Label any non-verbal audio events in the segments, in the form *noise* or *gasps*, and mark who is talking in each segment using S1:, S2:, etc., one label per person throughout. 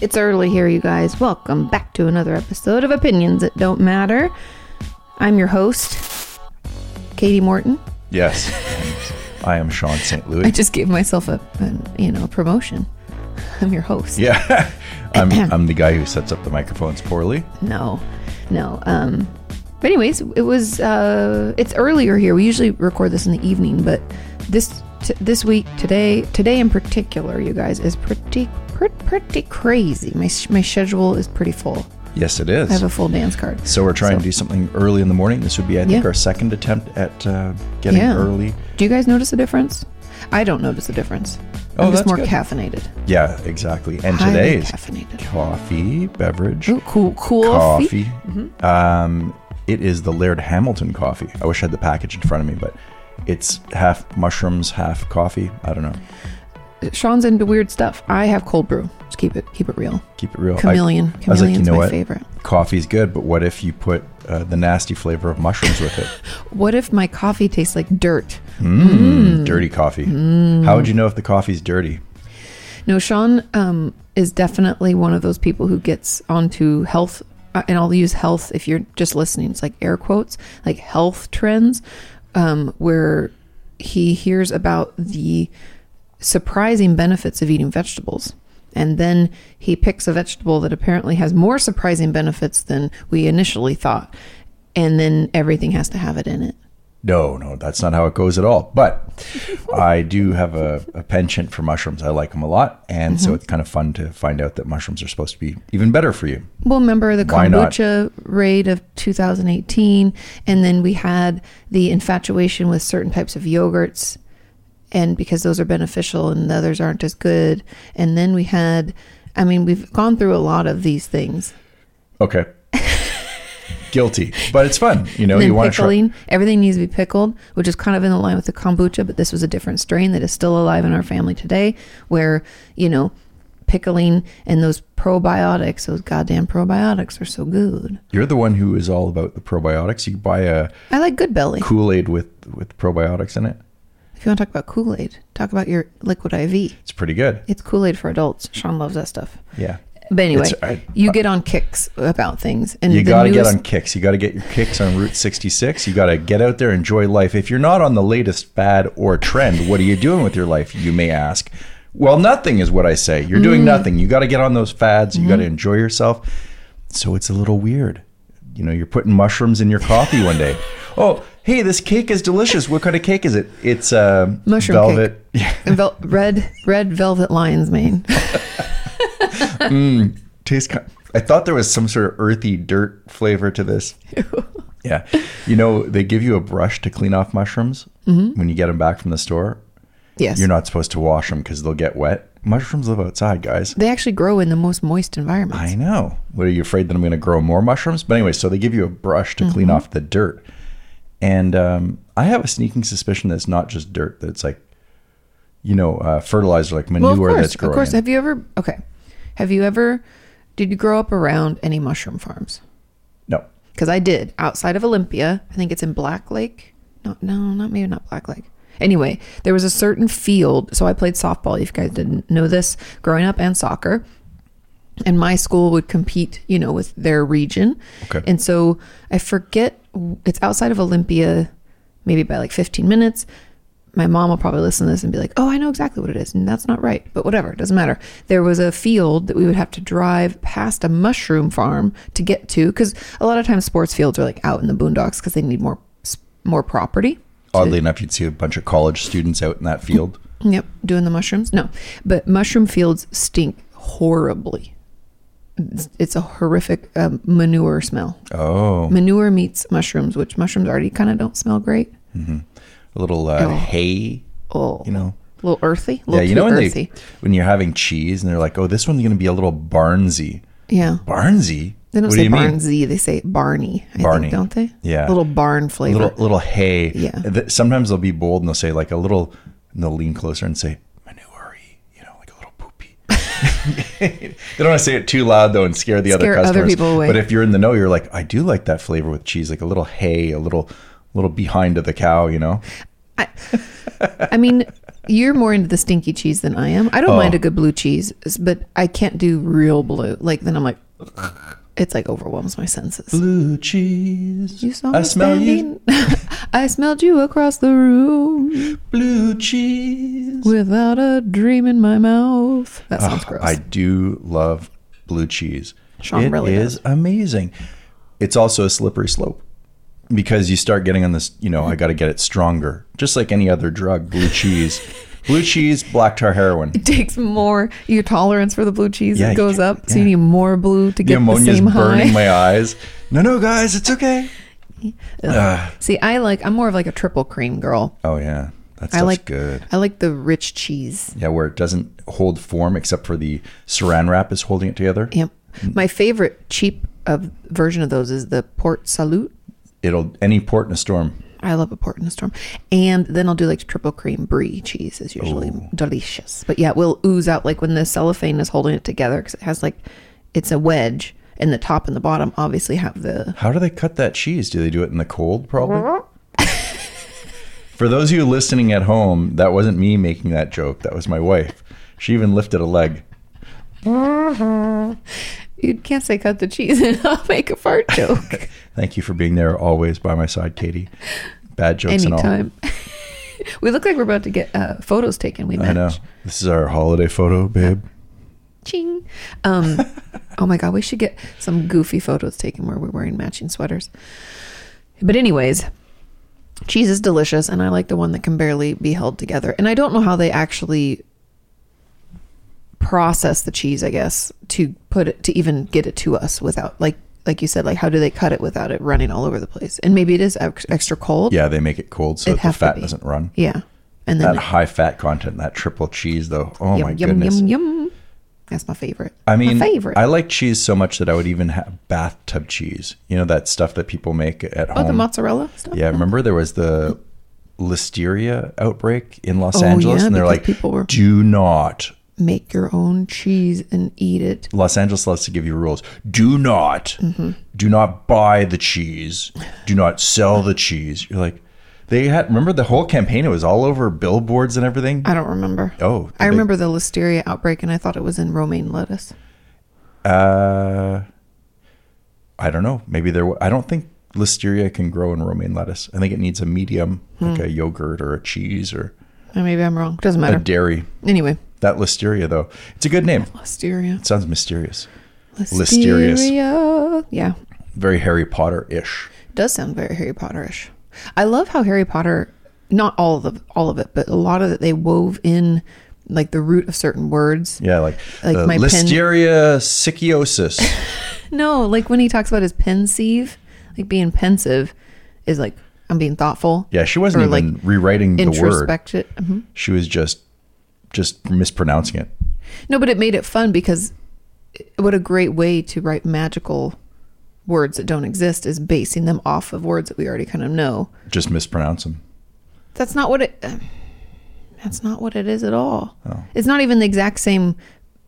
S1: It's early here, you guys. Welcome back to another episode of Opinions That Don't Matter. I'm your host, Katie Morton.
S2: Yes. I am Sean St.
S1: I
S2: Louis.
S1: just gave myself a, a you know a promotion. *laughs* I'm your host.
S2: Yeah. *laughs*
S1: *coughs*
S2: I'm, I'm the guy who sets up the microphones poorly.
S1: No, no. Um, but anyways, it was uh, it's earlier here. We usually record this in the evening, but this t- this week today today in particular, you guys is pretty pretty, pretty crazy. My sh- my schedule is pretty full.
S2: Yes, it
S1: I have
S2: is.
S1: a full dance card.
S2: so we're trying to do something early in the morning. This would be, I think,
S1: Yeah.
S2: our second attempt at uh, getting
S1: Yeah.
S2: early.
S1: Do you guys notice a difference? I don't notice a difference.
S2: Oh,
S1: I'm just
S2: that's
S1: more
S2: good.
S1: caffeinated.
S2: Yeah, exactly. And
S1: Highly
S2: today's
S1: caffeinated.
S2: coffee beverage.
S1: Ooh, Mm-hmm. cool, cool.
S2: coffee. Um, it is the Laird Hamilton coffee. I wish I had the package in front of me, but it's half mushrooms, half coffee. I don't know.
S1: Sean's into weird stuff. I have cold brew. Just keep it keep it real.
S2: Keep it real. I-
S1: Chameleon.
S2: I
S1: Chameleon's
S2: was like, you know
S1: my
S2: what?
S1: favorite.
S2: Coffee's good, but what if you put uh, the nasty flavor of mushrooms
S1: *laughs*
S2: with it?
S1: What if my coffee tastes like dirt?
S2: Mm, dirty coffee.
S1: Mm.
S2: How would you know if the coffee's dirty?
S1: No, Sean um, is definitely one of those people who gets onto health, uh, and I'll use health if you're just listening. It's like air quotes, like health trends, um, where he hears about the surprising benefits of eating vegetables. And then he picks a vegetable that apparently has more surprising benefits than we initially thought. And then everything has to have it in it.
S2: No, no, that's not how it goes at all.
S1: *laughs*
S2: But I do have a, a penchant for mushrooms. I like them a lot. And
S1: Mm-hmm.
S2: so it's kind of fun to find out that mushrooms are supposed to be even better for you.
S1: Well, remember the
S2: Why not?
S1: kombucha raid of 2018, and then we had the infatuation with certain types of yogurts, and because those are beneficial and the others aren't as good. And then we had, I mean, we've gone through a lot of these things. *laughs*
S2: Okay. Guilty, but it's fun. Oh, You know,
S1: and
S2: you
S1: then
S2: want to try.
S1: pickling, everything needs to be pickled, which is kind of in line with the kombucha, but this was a different strain that is still alive in our family today, where, you know, pickling and those probiotics, those goddamn probiotics are so good.
S2: You're the one who is all about the probiotics. You buy a
S1: I like good belly.
S2: Kool Aid with, with probiotics in it,
S1: If you want to talk about Kool Aid, talk about your liquid IV.
S2: it's pretty good.
S1: It's Kool Aid for adults. Sean loves that stuff.
S2: Yeah.
S1: But anyway,
S2: It's- I-
S1: you get on kicks about things, and
S2: You
S1: the
S2: got to get
S1: newest-
S2: on kicks. You got to get your kicks on Route 66. You got to get out there, enjoy life. If you're not on the latest fad or trend, what are you doing with your life? You may ask. Well, nothing is what I say. You're
S1: Mm.
S2: doing nothing. You got to get on those fads. You got to
S1: Mm-hmm.
S2: enjoy yourself. So it's a little weird. You know, you're putting mushrooms in your coffee
S1: *laughs*
S2: one day. Oh, hey, this cake is delicious. What kind of cake is it? It's uh,
S1: Mushroom
S2: velvet. *laughs*
S1: vel- red red velvet lion's mane.
S2: tastes kind I thought there was some sort of earthy dirt flavor to this.
S1: *laughs*
S2: yeah. You know, they give you a brush to clean off mushrooms when you get them back from the store.
S1: Mm-hmm. Yes,
S2: You're not supposed to wash them because they'll get wet. Mushrooms live outside, guys.
S1: they actually grow in the most moist environments.
S2: I know. What are you afraid that I'm going to grow more mushrooms? But anyway, so they give you a brush to clean
S1: Mm-hmm.
S2: off the dirt. And um, I have a sneaking suspicion that it's not just dirt, that it's like, you know, uh, fertilizer, like
S1: well,
S2: manure
S1: of course,
S2: that's
S1: of
S2: growing.
S1: course.
S2: in.
S1: Have you ever? Okay, have you ever? Did you grow up around any mushroom farms?
S2: No.
S1: Because I did outside of Olympia. I think it's in Black Lake. No, no, not maybe not Black Lake. Anyway, there was a certain field. So I played softball. If you guys didn't know this, growing up and soccer, and my school would compete, you know, with their region.
S2: Okay.
S1: And so I forget. It's outside of Olympia, maybe by like 15 minutes. My mom will probably listen to this and be like, "Oh, I know exactly what it is," and that's not right. But whatever, it doesn't matter. There was a field that we would have to drive past a mushroom farm to get to, because a lot of times sports fields are like out in the boondocks because they need more more property.
S2: Oddly enough, you'd see a bunch of college students out in
S1: *laughs*
S2: that field.
S1: Yep, doing the mushrooms. No, but mushroom fields stink horribly. It's- It's a horrific um, manure smell.
S2: Oh,
S1: Manure meets mushrooms, which mushrooms already kind of don't smell great.
S2: a little uh,
S1: Oh.
S2: hay,
S1: Oh,
S2: you know.
S1: a little earthy, a little
S2: yeah, you know
S1: too
S2: when
S1: earthy.
S2: they when you're having cheese and they're like, "Oh, this one's going to be a little Barnsey."
S1: yeah,
S2: Barnsey?
S1: they don't
S2: what do
S1: say
S2: you mean?
S1: Barnsey, they say Barney. I
S2: Barney.
S1: think, don't they?
S2: Yeah.
S1: little barn
S2: A
S1: flavor.
S2: little little hay.
S1: Yeah.
S2: Th- Sometimes they'll be bold and they'll say like a little, and they'll lean closer and say manure you know, like a little
S1: *laughs*
S2: poopy. they don't want to say it too loud though and scare the
S1: Scare
S2: other
S1: other
S2: customers.
S1: people away.
S2: But if you're in the know, you're like, I do like that flavor with cheese, like a little hay, a little little behind of the cow, you know.
S1: I mean, you're more into the stinky cheese than I am. I don't
S2: Oh.
S1: mind a good blue cheese, but I can't do real blue. Like then I'm like, it's like overwhelms my senses.
S2: Blue cheese.
S1: You saw me
S2: I smell you.
S1: standing. *laughs* I smelled you across the room
S2: Blue cheese.
S1: without a dream in my mouth. That sounds
S2: Ah,
S1: gross.
S2: I do love blue cheese.
S1: Sean
S2: It
S1: really
S2: is amazing. It's also a slippery slope because you start getting on this, you know, I got to get it stronger. Just like any other drug,
S1: *laughs*
S2: blue cheese. blue cheese, black tar heroin.
S1: it takes more. Your tolerance for the blue cheese
S2: Yeah, you
S1: goes
S2: can't-
S1: up, so you need more blue to
S2: The
S1: get the
S2: ammonia's
S1: same
S2: burning
S1: high.
S2: my eyes. No, no, guys, it's okay. Ah,
S1: *laughs* See, I like. I'm more of like a triple cream girl.
S2: oh, yeah. That
S1: I
S2: stuff's
S1: like
S2: good.
S1: I like the rich cheese.
S2: Yeah, where it doesn't hold form except for the saran wrap is holding it together.
S1: Yep.
S2: Mm.
S1: My favorite cheap of version of those is the port salute.
S2: It'll any port in a storm.
S1: I love a port in a storm. And then I'll do like triple cream brie cheese is usually delicious. But yeah, it will ooze out like when the cellophane is holding it together because it has like it's a wedge and the top and the bottom obviously have the
S2: How do they cut that cheese? Do they do it in the cold, probably?
S1: Mm-hmm.
S2: *laughs* For those of you listening at home, that wasn't me making that joke. That was my wife. She even lifted a leg.
S1: you can't say cut the cheese *laughs* and I'll make a fart
S2: *laughs*
S1: joke
S2: Thank you for being there always by my side, Katie. Bad jokes and
S1: anytime. *laughs* we look like we're about to get uh, photos taken. We
S2: all.
S1: match.
S2: I know. This is our holiday photo, babe.
S1: Ching.
S2: *laughs*
S1: Um, oh my God, we should get some goofy photos taken where we're wearing matching sweaters. But, anyways, cheese is delicious, and I like the one that can barely be held together. And I don't know how they actually process the cheese, I guess, to put it, to even get it to us without, like, like you said, like how do they cut it without it running all over the place? And maybe it is ex- extra cold.
S2: Yeah, they make it cold so
S1: It'd
S2: that the
S1: have to
S2: fat
S1: be.
S2: doesn't run.
S1: Yeah. And then
S2: That high fat content, that triple cheese, though. Oh my
S1: yum, yum,
S2: goodness.
S1: yum, yum. That's my favorite.
S2: I mean,
S1: my favorite.
S2: I like cheese so much that I would even have bathtub cheese. You know, that stuff that people make at
S1: oh, the
S2: home.
S1: mozzarella stuff.
S2: Yeah, remember there was the listeria outbreak in Los
S1: Oh,
S2: Angeles,
S1: yeah,
S2: and they're
S1: because
S2: like,
S1: people were-
S2: "Do not."
S1: make your own cheese and eat it.
S2: Los Angeles loves to give you rules. Do not,
S1: Mm-hmm.
S2: do not buy the cheese. Do not sell the cheese. You're like, they had. Remember the whole campaign? It was all over billboards and everything.
S1: I don't remember.
S2: Oh,
S1: I
S2: did they-
S1: remember the listeria outbreak, and I thought it was in romaine lettuce.
S2: Uh, I don't know. Maybe there. wa- I don't think listeria can grow in romaine lettuce. I think it needs a medium,
S1: Hmm.
S2: like a yogurt or a cheese or
S1: Or maybe I'm wrong. Doesn't
S2: a
S1: matter.
S2: dairy.
S1: anyway,
S2: That listeria, though, it's a good name.
S1: listeria.
S2: It sounds mysterious. Listerious.
S1: Listeria. Yeah,
S2: Very Harry Potter ish.
S1: does sound very Harry Potterish. I love how Harry Potter, not all of the, all of it, but a lot of it, they wove in like the root of certain words.
S2: Yeah, like,
S1: Like
S2: the
S1: my pen-
S2: Listeria sicciosis.
S1: No, like when he talks about his pensive, like being pensive, is like I'm being thoughtful.
S2: Yeah, she wasn't
S1: Or,
S2: even rewriting the word.
S1: introspective. Mhm.
S2: She was just just mispronouncing it.
S1: No, but it made it fun because it- what a great way to write magical words that don't exist is basing them off of words that we already kind of know.
S2: Just mispronounce them.
S1: That's not what it. uh, That's not what it is at all. It's not even the exact same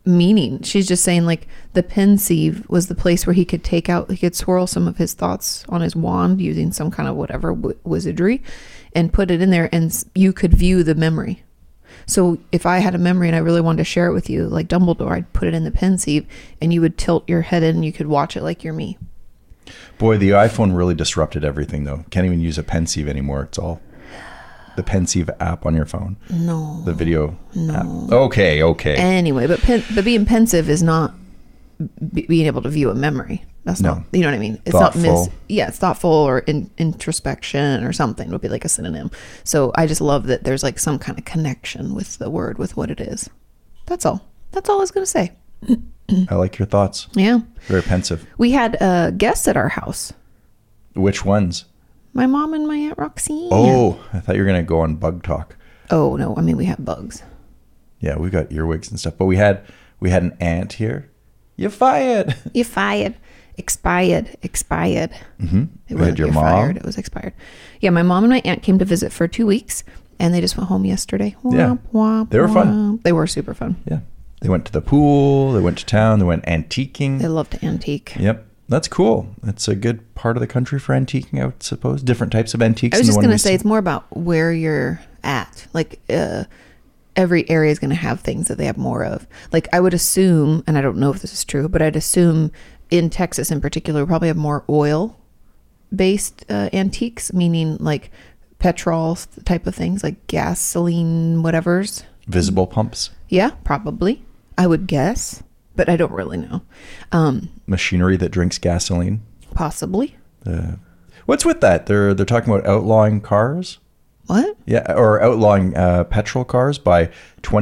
S1: meaning. She's just saying like the pensieve was the place where he could take out, he could swirl some of his thoughts on his wand using some kind of whatever w- wizardry, and put it in there, and s- you could view the memory. So if I had a memory and I really wanted to share it with you, like Dumbledore, I'd put it in the pensieve, and you would tilt your head in, and you could watch it like you're me.
S2: Boy, the iPhone really disrupted everything though. Can't even use a pensieve anymore. It's all the pensieve app on your phone.
S1: No.
S2: The video app. Okay, okay.
S1: anyway but pen, but being pensive is not b- being able to view a memory that's
S2: No.
S1: not you know what i mean it's not mis
S2: Thoughtful.
S1: yeah it's thoughtful or in, introspection or something would be like a synonym so i just love that there's like some kind of connection with the word with what it is that's all that's all i was going to say
S2: I like your thoughts.
S1: yeah
S2: Very pensive.
S1: we had uh, guests at our house
S2: Which ones?
S1: my mom and my aunt roxy
S2: Oh, I thought you were gonna go on bug talk.
S1: oh no i mean we have bugs
S2: Yeah, we got earwigs and stuff. But we had we had an ant here. You fired. *laughs*
S1: you fired expired expired mm-hmm. it
S2: We had
S1: wasn't
S2: your
S1: you're
S2: mom.
S1: fired it was expired yeah my mom and my aunt came to visit for two weeks and they just went home yesterday
S2: Yeah. They were fun.
S1: they were super fun
S2: Yeah. They went to the pool, they went to town, they went antiquing.
S1: they love to antique
S2: Yep. That's cool. That's a good part of the country for antiquing, I would suppose. Different types of antiques.
S1: i was
S2: than the
S1: just
S2: one
S1: going
S2: we
S1: to say
S2: see.
S1: it's more about where you're at like uh every area is going to have things that they have more of. Like I would assume, and I don't know if this is true, but I'd assume in Texas in particular, we probably have more oil based uh, antiques, meaning like petrol type of things, like gasoline, whatever's.
S2: Visible pumps,
S1: Yeah, probably. I would guess, but I don't really know. Um,
S2: machinery that drinks gasoline. Uh,
S1: possibly.
S2: What's with that? They're they're talking about outlawing cars.
S1: What?
S2: Yeah, or outlawing uh, petrol cars by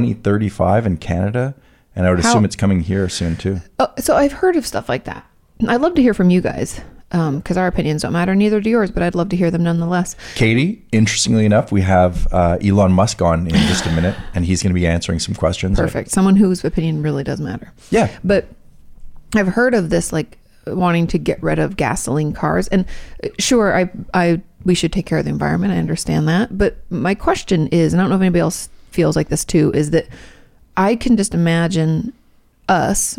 S2: 2035 in Canada, and I would
S1: How-
S2: assume it's coming here soon too.
S1: Oh, so I've heard of stuff like that. I'd love to hear from you guys because our opinions don't matter, neither do yours, but I'd love to hear them nonetheless.
S2: Katie, interestingly enough, we have uh, Elon Musk on in just a minute, and he's going to be answering some questions.
S1: Perfect. Someone whose opinion really does matter.
S2: Yeah.
S1: But I've heard of this like wanting to get rid of gasoline cars and uh, sure I I we should take care of the environment. I understand that. But my question is, and I don't know if anybody else feels like this too, is that I can just imagine us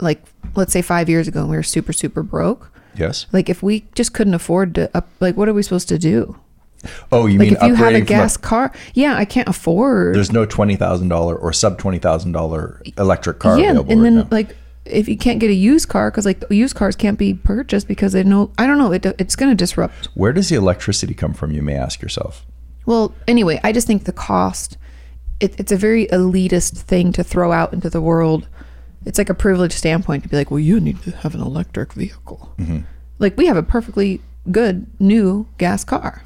S1: like let's say 5 years ago and we were super super broke.
S2: Yes.
S1: Like if we just couldn't afford to up like what are we supposed to do?
S2: Oh, you
S1: Like
S2: mean
S1: if you had a
S2: upgrading from
S1: gas car, yeah, I can't afford
S2: there's no twenty thousand dollar or sub twenty thousand dollar electric car
S1: yeah,
S2: available
S1: and
S2: right
S1: then
S2: now.
S1: like if you can't get a used car because like used cars can't be purchased because they know I don't know it, it's going to disrupt.
S2: Where does the electricity come from? You may ask yourself. *clears throat*
S1: Well, anyway, I just think the cost. It, it's a very elitist thing to throw out into the world. It's like a privileged standpoint to be like, well, you need to have an electric vehicle.
S2: Mm-hmm.
S1: Like we have a perfectly good new gas car.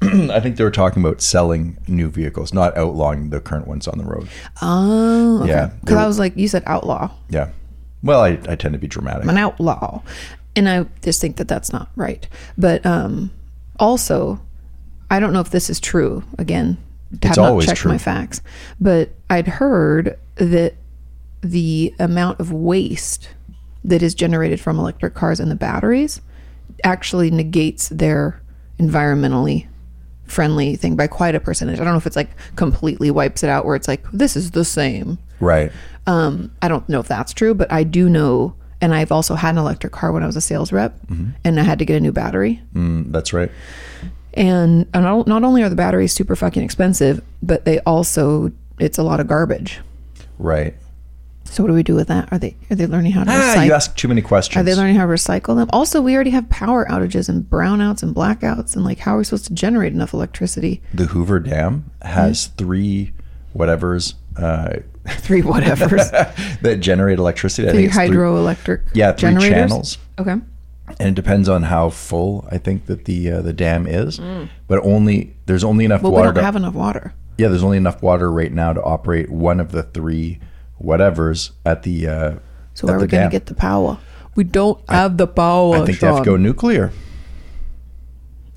S2: I think they were talking about selling new vehicles, not outlawing the current ones on the road.
S1: Oh,
S2: Yeah,
S1: Because I
S2: they're-
S1: was like, you said outlaw.
S2: Yeah. Well, I, I tend to be dramatic.
S1: an outlaw and i just think that that's not right but um also i don't know if this is true again have not
S2: always
S1: checked
S2: true.
S1: my facts but i'd heard that the amount of waste that is generated from electric cars and the batteries actually negates their environmentally friendly thing by quite a percentage. I don't know if it's like completely wipes it out where it's like this is the same,
S2: Right.
S1: um, I don't know if that's true, but I do know, and I've also had an electric car when I was a sales representative and I had to get a new battery.
S2: Mm-hmm. Mm, that's right.
S1: And, and not not only are the batteries super fucking expensive, but they also it's a lot of garbage.
S2: Right.
S1: So what do we do with that? Are they are they learning how to
S2: Ah,
S1: recycle?
S2: you ask too many questions.
S1: Are they learning how to recycle them? Also, we already have power outages and brownouts and blackouts, and like, how are we supposed to generate enough electricity? *laughs*
S2: the Hoover Dam has
S1: Hmm?
S2: three whatevers uh, *laughs*
S1: Three whatevers,
S2: that generate electricity. I
S1: three
S2: it's
S1: hydroelectric,
S2: yeah, three
S1: generators.
S2: channels.
S1: Okay,
S2: and it depends on how full I think that the uh, the dam is. But only there's only enough
S1: but Mm. we
S2: water.
S1: don't
S2: to-
S1: have enough water.
S2: yeah, there's only enough water right now to operate one of the three whatevers at the. Uh,
S1: So
S2: at
S1: where are
S2: the
S1: we going
S2: dam.
S1: to get the power? We don't have the power.
S2: I think they have to go nuclear.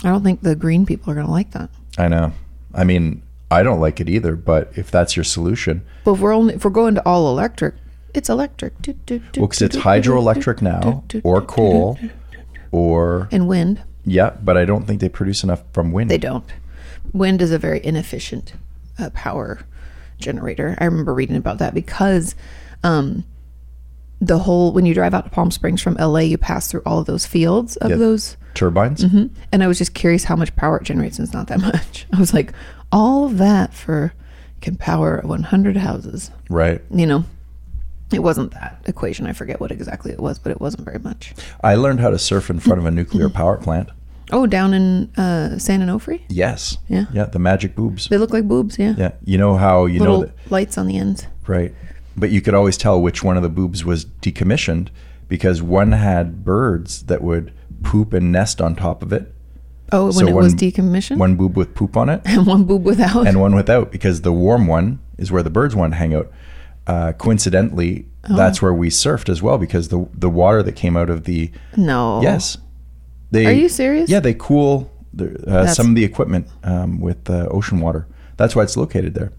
S1: I don't think the green people are going to like that.
S2: I know. I mean, I don't like it either. But if that's your solution,
S1: But if we're only if we're going to all electric, it's electric. Do, do, do,
S2: well, 'cause
S1: do,
S2: it's
S1: do,
S2: hydroelectric now, or coal, or
S1: and wind.
S2: yeah. But I don't think they produce enough from wind.
S1: They don't. Wind is a very inefficient uh, power generator. I remember reading about that because um, the whole when you drive out to Palm Springs from LA, you pass through all of those fields of
S2: Yeah.
S1: those
S2: turbines.
S1: And I was just curious how much power it generates, and it's not that much. *laughs* I was like, all of that for can power 100 houses.
S2: Right.
S1: You know, it wasn't that equation. I forget what exactly it was, but it wasn't very much.
S2: I learned how to surf in front of a nuclear power plant.
S1: Oh, down in uh, San Onofre?
S2: Yes.
S1: Yeah.
S2: Yeah. The magic boobs.
S1: They look like boobs, yeah.
S2: Yeah. You know how you
S1: Little
S2: know that,
S1: lights on the ends.
S2: right? But you could always tell which one of the boobs was decommissioned because one had birds that would poop and nest on top of it.
S1: Oh, when
S2: So
S1: it was
S2: one-
S1: decommissioned?
S2: One boob with poop on it,
S1: *laughs* and one boob without?
S2: and one without, because the warm one is where the birds want to hang out. Uh, coincidentally,
S1: Oh.
S2: that's where we surfed as well because the the water that came out of the
S1: no.
S2: Yes. They,
S1: Oh. Are you serious?
S2: Yeah, they cool the, uh, some of the equipment um, with uh, ocean water. That's why it's located there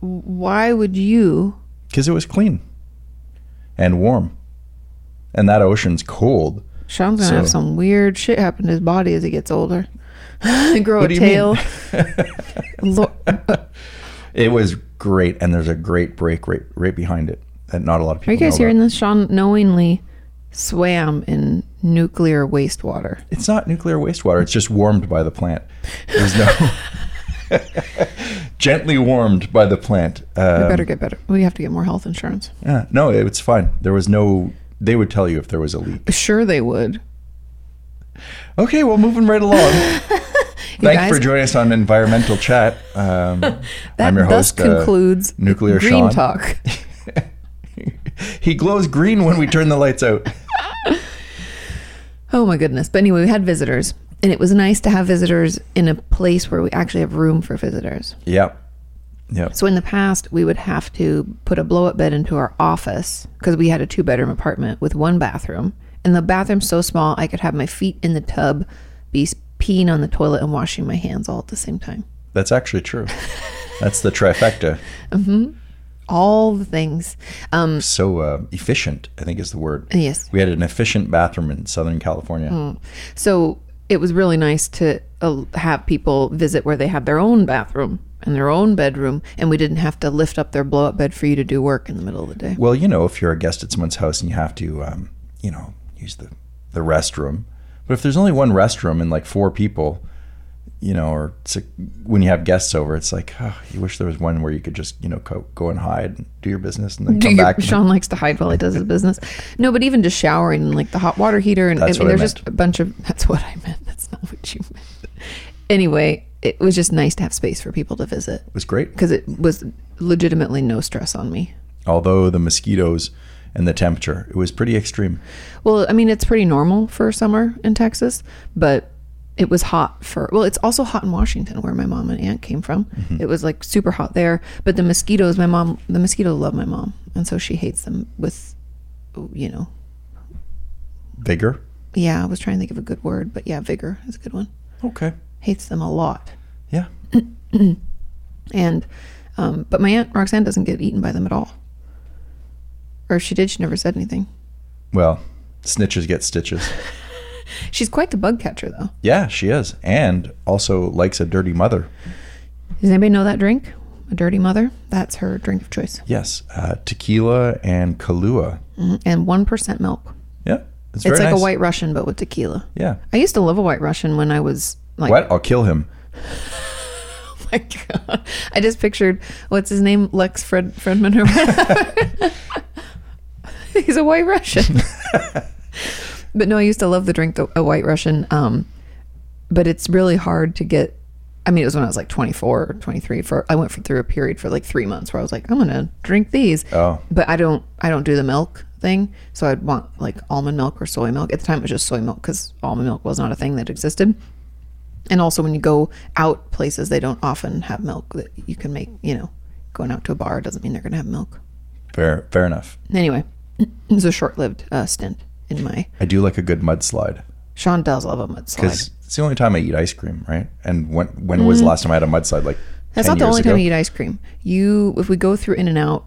S1: Why would you?
S2: because it was clean and warm. And that ocean's cold.
S1: Sean's going to have
S2: So-
S1: some weird shit happen to his body as he gets older. *laughs* Grow
S2: What
S1: a
S2: do you
S1: tail.
S2: *laughs* mean?
S1: Lo-
S2: It was great, and there's a great break right right behind it that not a lot of people.
S1: Are you guys
S2: know
S1: hearing
S2: about.
S1: this? Sean knowingly swam in nuclear wastewater.
S2: It's not nuclear wastewater. It's just warmed by the plant. There's no. *laughs* Gently warmed by the plant. Uh,
S1: we better get better. We have to get more health insurance.
S2: yeah, no, it's fine. There was no. They would tell you if there was a leak.
S1: Sure, they would.
S2: Okay, well,
S1: *laughs*
S2: moving right along. Thanks
S1: guys-
S2: for joining us on Environmental Chat.
S1: *laughs*
S2: Um,
S1: That
S2: I'm your
S1: thus
S2: host. uh,
S1: concludes
S2: Nuclear
S1: Green
S2: Sean. *laughs*
S1: Talk.
S2: he glows green when we turn the lights out.
S1: Oh my goodness. But anyway, we had visitors, and it was nice to have visitors in a place where we actually have room for visitors.
S2: Yep. Yep.
S1: So in the past, we would have to put a blow up bed into our office because we had a two bedroom apartment with one bathroom. And the bathroom's so small, I could have my feet in the tub, be peeing on the toilet, and washing my hands all at the same time.
S2: That's actually true. That's the trifecta.
S1: All the things. Um,
S2: So uh, efficient, I think is the word.
S1: yes.
S2: We had an efficient bathroom in Southern California.
S1: Hmm. So it was really nice to uh, have people visit where they have their own bathroom and their own bedroom, and we didn't have to lift up their blow up bed for you to do work in the middle of the day.
S2: Well, you know, if you're a guest at someone's house and you have to, um, you know, use the, the restroom. But if there's only one restroom and like four people, you know, or six, when you have guests over, it's like, oh, you wish there was one where you could just, you know, go, go and hide and do your business and then
S1: Do
S2: come
S1: your-
S2: back.
S1: Sean likes to hide while he does his business. No, but even just showering and like the hot water heater and
S2: That's
S1: I mean,
S2: what I
S1: there's just a bunch of *laughs* that's what I meant. That's not what you meant. Anyway, it was just nice to have space for people to visit
S2: It was great.
S1: because it was legitimately no stress on me.
S2: Although the mosquitoes and the temperature, it was pretty extreme.
S1: Well, I mean, it's pretty normal for summer in Texas, but it was hot for, well, it's also hot in Washington where my mom and aunt came from.
S2: Mm-hmm.
S1: It was like super hot there, but the mosquitoes, my mom, the mosquitoes love my mom. And so she hates them with, you know,
S2: Vigor.
S1: yeah, I was trying to think of a good word, but yeah, vigor is a good one.
S2: Okay.
S1: Hates them a lot.
S2: Yeah.
S1: And, um, but my aunt Roxanne doesn't get eaten by them at all. Or if she did, she never said anything.
S2: Well, snitches get stitches.
S1: She's quite the bug catcher, though.
S2: Yeah, she is. And also likes a dirty mother.
S1: Does anybody know that drink? A dirty mother? That's her drink of choice.
S2: Yes. Uh, tequila and Kahlua.
S1: and one percent milk.
S2: Yeah. Mm-hmm. It's, very
S1: It's like
S2: nice.
S1: a White Russian, but with tequila.
S2: Yeah.
S1: I used to love a White Russian when I was like, *laughs*
S2: What? I'll kill him.
S1: oh my god! *laughs* I just pictured what's his name, Lex Fred Fredman
S2: *laughs*
S1: or whatever. *laughs* He's a White Russian. but no, I used to love the drink, the, a White Russian. Um, but it's really hard to get. I mean, it was when I was like 24 or 23. For I went for, through a period for like three months where I was like, I'm gonna drink these.
S2: Oh.
S1: but I don't I don't do the milk thing. So I'd want like almond milk or soy milk. At the time, it was just soy milk because almond milk was not a thing that existed. And also, when you go out places, they don't often have milk that you can make. You know, going out to a bar doesn't mean they're gonna have milk.
S2: Fair, fair enough.
S1: Anyway, it was a short-lived uh, stint in my.
S2: I do like a good mudslide
S1: Sean does love a mudslide.
S2: because it's the only time I eat ice cream, right? And when when was the last time I had a mudslide? Like
S1: Mm-hmm. That's not
S2: 10
S1: the
S2: years
S1: only
S2: ago?
S1: time you eat ice cream. You, if we go through In and Out,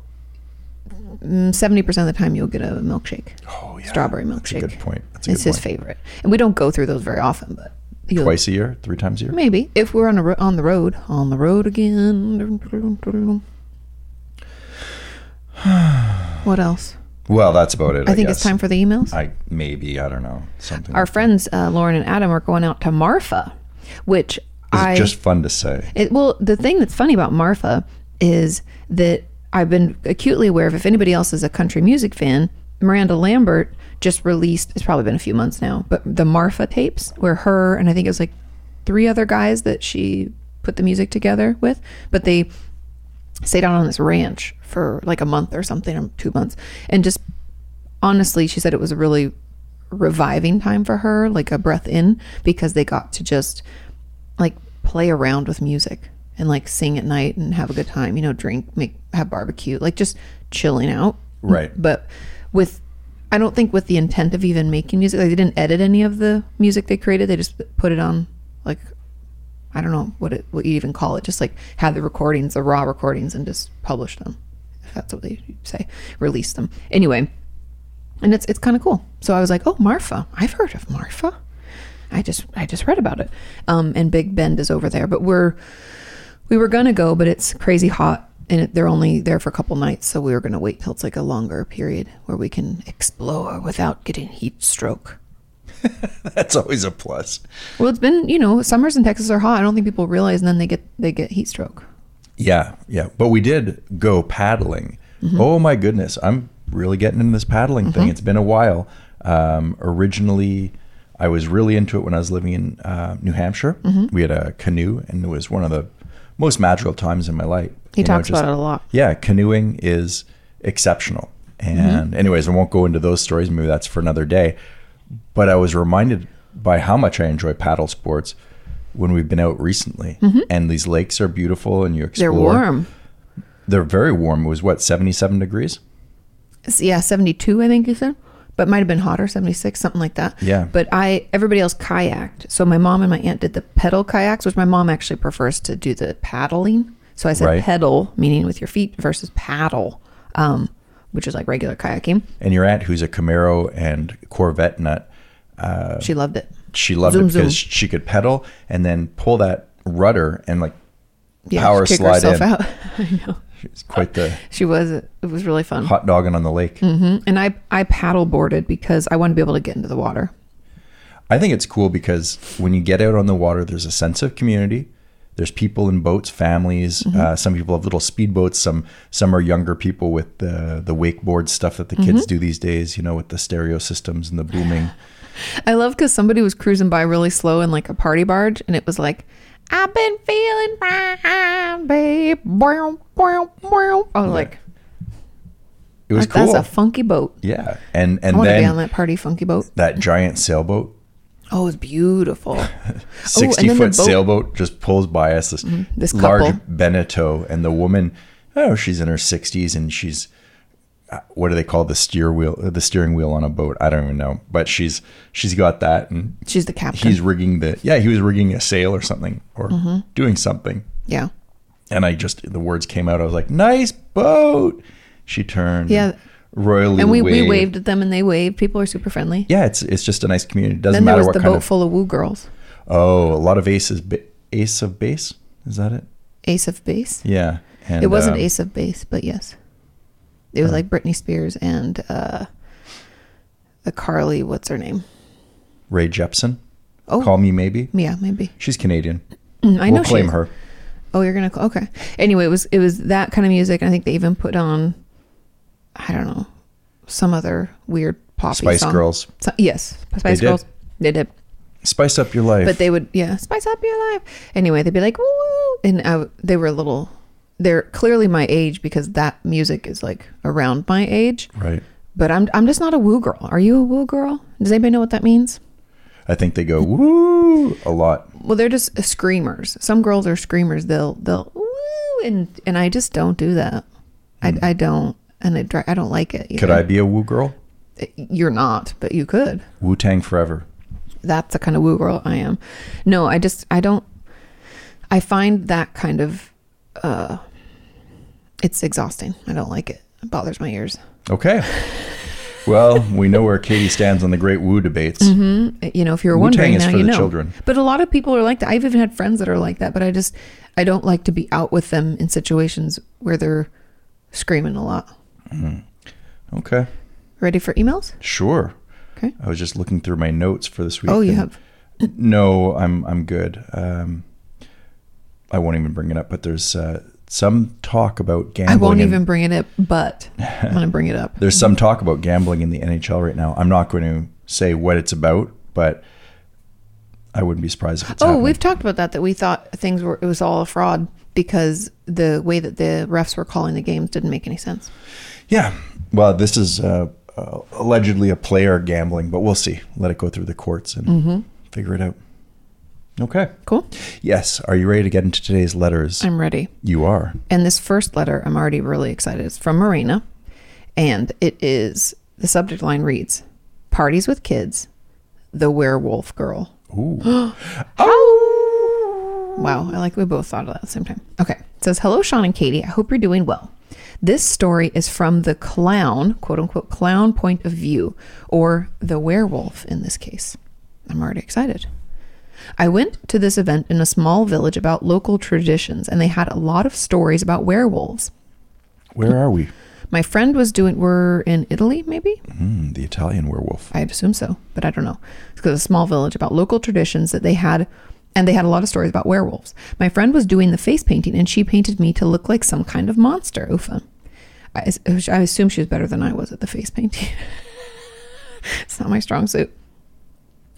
S1: mm, seventy percent of the time you'll get a milkshake,
S2: Oh yeah,
S1: strawberry
S2: That's a
S1: milkshake.
S2: good point. That's a
S1: it's his
S2: good point.
S1: favorite, and we don't go through those very often, but you'll,
S2: Twice a year, three times a year.
S1: maybe if we're on a ro- on the road, on the road again. *sighs* what else?
S2: Well, that's about it. I,
S1: Mm-hmm. I think
S2: guess.
S1: it's time for the emails.
S2: I maybe I don't know something.
S1: Our friends uh, Lauren and Adam are going out to Marfa, which
S2: it's
S1: I
S2: just fun to say.
S1: It, well, the thing that's funny about Marfa is that I've been acutely aware of. If anybody else is a country music fan, Miranda Lambert just released. It's probably been a few months now, but the Marfa tapes, where her and I think it was like three other guys that she put the music together with, but they stayed out on this ranch for like a month or something, or two months, and just honestly, she said it was a really reviving time for her, like a breath in, because they got to just like play around with music and like sing at night and have a good time, you know, drink, make, have barbecue, like just chilling out. *laughs*
S2: Right.
S1: But with, I don't think with the intent of even making music, like they didn't edit any of the music they created. They just put it on like, I don't know what it, what you even call it. Just like had the recordings, the raw recordings and just published them. If that's what they say, release them. Anyway, and it's it's kind of cool. So I was like, oh, Marfa, I've heard of Marfa. I just I just read about it. Um, and Big Bend is over there, but we're we were gonna go, but it's crazy hot, and it, they're only there for a couple nights, so we were gonna wait till it's like a longer period where we can explore without getting heat stroke.
S2: That's always a plus.
S1: Well, it's been you know summers in Texas are hot. I don't think people realize, and then they get they get heat stroke.
S2: Yeah, yeah. But we did go paddling.
S1: Mm-hmm.
S2: Oh my goodness, I'm really getting into this paddling thing. It's been a while. Um, originally, I was really into it when I was living in uh, New Hampshire.
S1: Mm-hmm.
S2: We had a canoe, and it was one of the most magical times in my life.
S1: He
S2: You know,
S1: talks
S2: just-
S1: about it a lot.
S2: yeah, canoeing is exceptional.
S1: Mm-hmm.
S2: And anyways, I won't go into those stories. Maybe that's for another day. But I was reminded by how much I enjoy paddle sports when we've been out recently. And these lakes are beautiful, and you
S1: Mm-hmm. They're
S2: explore.
S1: warm.
S2: They're very warm. It was what seventy-seven degrees.
S1: S- yeah, 72, I think you said, but might have been hotter, 76, something like that.
S2: Yeah.
S1: But I, everybody else kayaked. So my mom and my aunt did the pedal kayaks, which my mom actually prefers to do the paddling. So I said
S2: Right.
S1: pedal, meaning with your feet, versus paddle, um, which is like regular kayaking.
S2: And your aunt, who's a Camaro and Corvette nut, Oh.
S1: she loved it.
S2: she loved
S1: Zoom,
S2: it because
S1: zoom.
S2: she could pedal and then pull that rudder and like
S1: Yeah,
S2: power
S1: just kick
S2: slide
S1: herself
S2: in.
S1: out. *laughs* I know.
S2: It's quite the
S1: She was, it was really fun.
S2: hot dogging on the lake.
S1: hmm And I, I paddle boarded because I wanted to be able to get into the water.
S2: I think it's cool because when you get out on the water, there's a sense of community. There's people in boats, families.
S1: Mm-hmm.
S2: Uh, some people have little speedboats. Some some are younger people with the the wakeboard stuff that the kids
S1: Mm-hmm.
S2: do these days. You know, with the stereo systems and the booming.
S1: I love because somebody was cruising by really slow in like a party barge, and it was like, "I've been feeling fine, babe." Bow, bow, bow. I was like,
S2: It was
S1: "That's
S2: cool.
S1: a funky boat.
S2: yeah, and
S1: I
S2: and
S1: want to be on
S2: then
S1: that party funky boat."
S2: that giant sailboat
S1: Oh, it's beautiful.
S2: *laughs*
S1: Oh, and
S2: 60
S1: then the
S2: foot
S1: boat-
S2: sailboat just pulls by us this,
S1: this
S2: large
S1: couple.
S2: beneteau and the woman oh she's in her 60s and she's uh, what do they call the steer wheel uh, the steering wheel on a boat i don't even know but she's she's got that and
S1: She's the captain.
S2: he's rigging the yeah he was rigging a sail or something or
S1: Mm-hmm.
S2: doing something
S1: yeah,
S2: and i just the words came out i was like nice boat she turned
S1: Yeah.
S2: royally
S1: and we, we
S2: waved.
S1: waved at them, and they waved. People are super friendly.
S2: yeah it's it's just a nice community it doesn't
S1: Then there
S2: matter
S1: was
S2: what
S1: the
S2: kind
S1: boat
S2: of
S1: full of woo girls.
S2: oh a lot of aces ba- ace of base is that it
S1: Ace of Base.
S2: Yeah. And,
S1: it wasn't
S2: um,
S1: Ace of Base, but yes, it was like Britney Spears and uh, the Carly. What's her name?
S2: Ray
S1: e-
S2: Jepsen.
S1: Oh.
S2: Call me maybe.
S1: Yeah, maybe. Mm,
S2: She's Canadian.
S1: I
S2: we'll
S1: know she
S2: claim
S1: is.
S2: her.
S1: Oh, you're gonna cl- okay. Anyway, it was it was that kind of music. And I think they even put on, I don't know, some other weird poppy
S2: Spice
S1: song.
S2: Girls.
S1: So- yes, Spice
S2: did.
S1: Girls. They did,
S2: Spice up your life.
S1: but they would yeah, spice up your life. Anyway, they'd be like woo, woo. and I w they were a little. They're clearly my age because that music is like around my age.
S2: right.
S1: But I'm I'm just not a woo girl. Are you a woo girl? Does anybody know what that means?
S2: I think they go woo a lot.
S1: well they're just screamers some girls are screamers they'll they'll woo and and i just don't do that I, I don't and I, dri- I don't like it
S2: Could I be a woo girl?
S1: I you're not but you could
S2: Wu Tang forever.
S1: that's the kind of woo girl i am no i just i don't i find that kind of uh it's exhausting i don't like it it bothers my ears
S2: Okay. well, we know where Katie stands on the great woo debates.
S1: Mm-hmm. Mm, you know if you're
S2: Wu-Tang
S1: wondering
S2: is
S1: now
S2: for
S1: you
S2: the
S1: know
S2: children.
S1: but a lot of people are like that i've even had friends that are like that but i just i don't like to be out with them in situations where they're screaming a lot
S2: Okay.
S1: ready for emails
S2: Sure.
S1: okay
S2: I was just looking through my notes for this week.
S1: oh you
S2: and-
S1: have
S2: No, I'm I'm good. Um, I won't even bring it up. But there's uh, some talk about gambling.
S1: i won't
S2: and-
S1: even bring it up but i'm gonna bring it up
S2: there's some talk about gambling in the NHL right now. I'm not going to say what it's about, but I wouldn't be surprised if *laughs* it's
S1: oh
S2: happening.
S1: we've talked about that that we thought things were it was all a fraud because the way that the refs were calling the games didn't make any sense
S2: yeah. Well, this is uh, uh, allegedly a player gambling, but we'll see. Let it go through the courts and
S1: Mm-hmm.
S2: figure it out. Okay.
S1: cool
S2: Yes. Are you ready to get into today's letters?
S1: i'm ready
S2: you are.
S1: And this first letter, I'm already really excited. It's from Marina. And it is the subject line reads Parties with Kids, the werewolf girl. *gasps*
S2: Ooh. *gasps* oh.
S1: Wow, I like we both thought of that at the same time. Okay. It says, Hello, Sean and Katie. I hope you're doing well. This story is from the clown, quote unquote, clown point of view, or the werewolf in this case. I'm already excited. I went to this event in a small village about local traditions, and they had a lot of stories about werewolves.
S2: Where are we?
S1: My friend was doing, we're in Italy, maybe?
S2: Mm, the Italian werewolf.
S1: I assume so, but I don't know. It's because a small village about local traditions that they had, and they had a lot of stories about werewolves. My friend was doing the face painting, and she painted me to look like some kind of monster. Ufa. I, as- I assume she was better than I was at the face painting. *laughs* it's not my strong suit.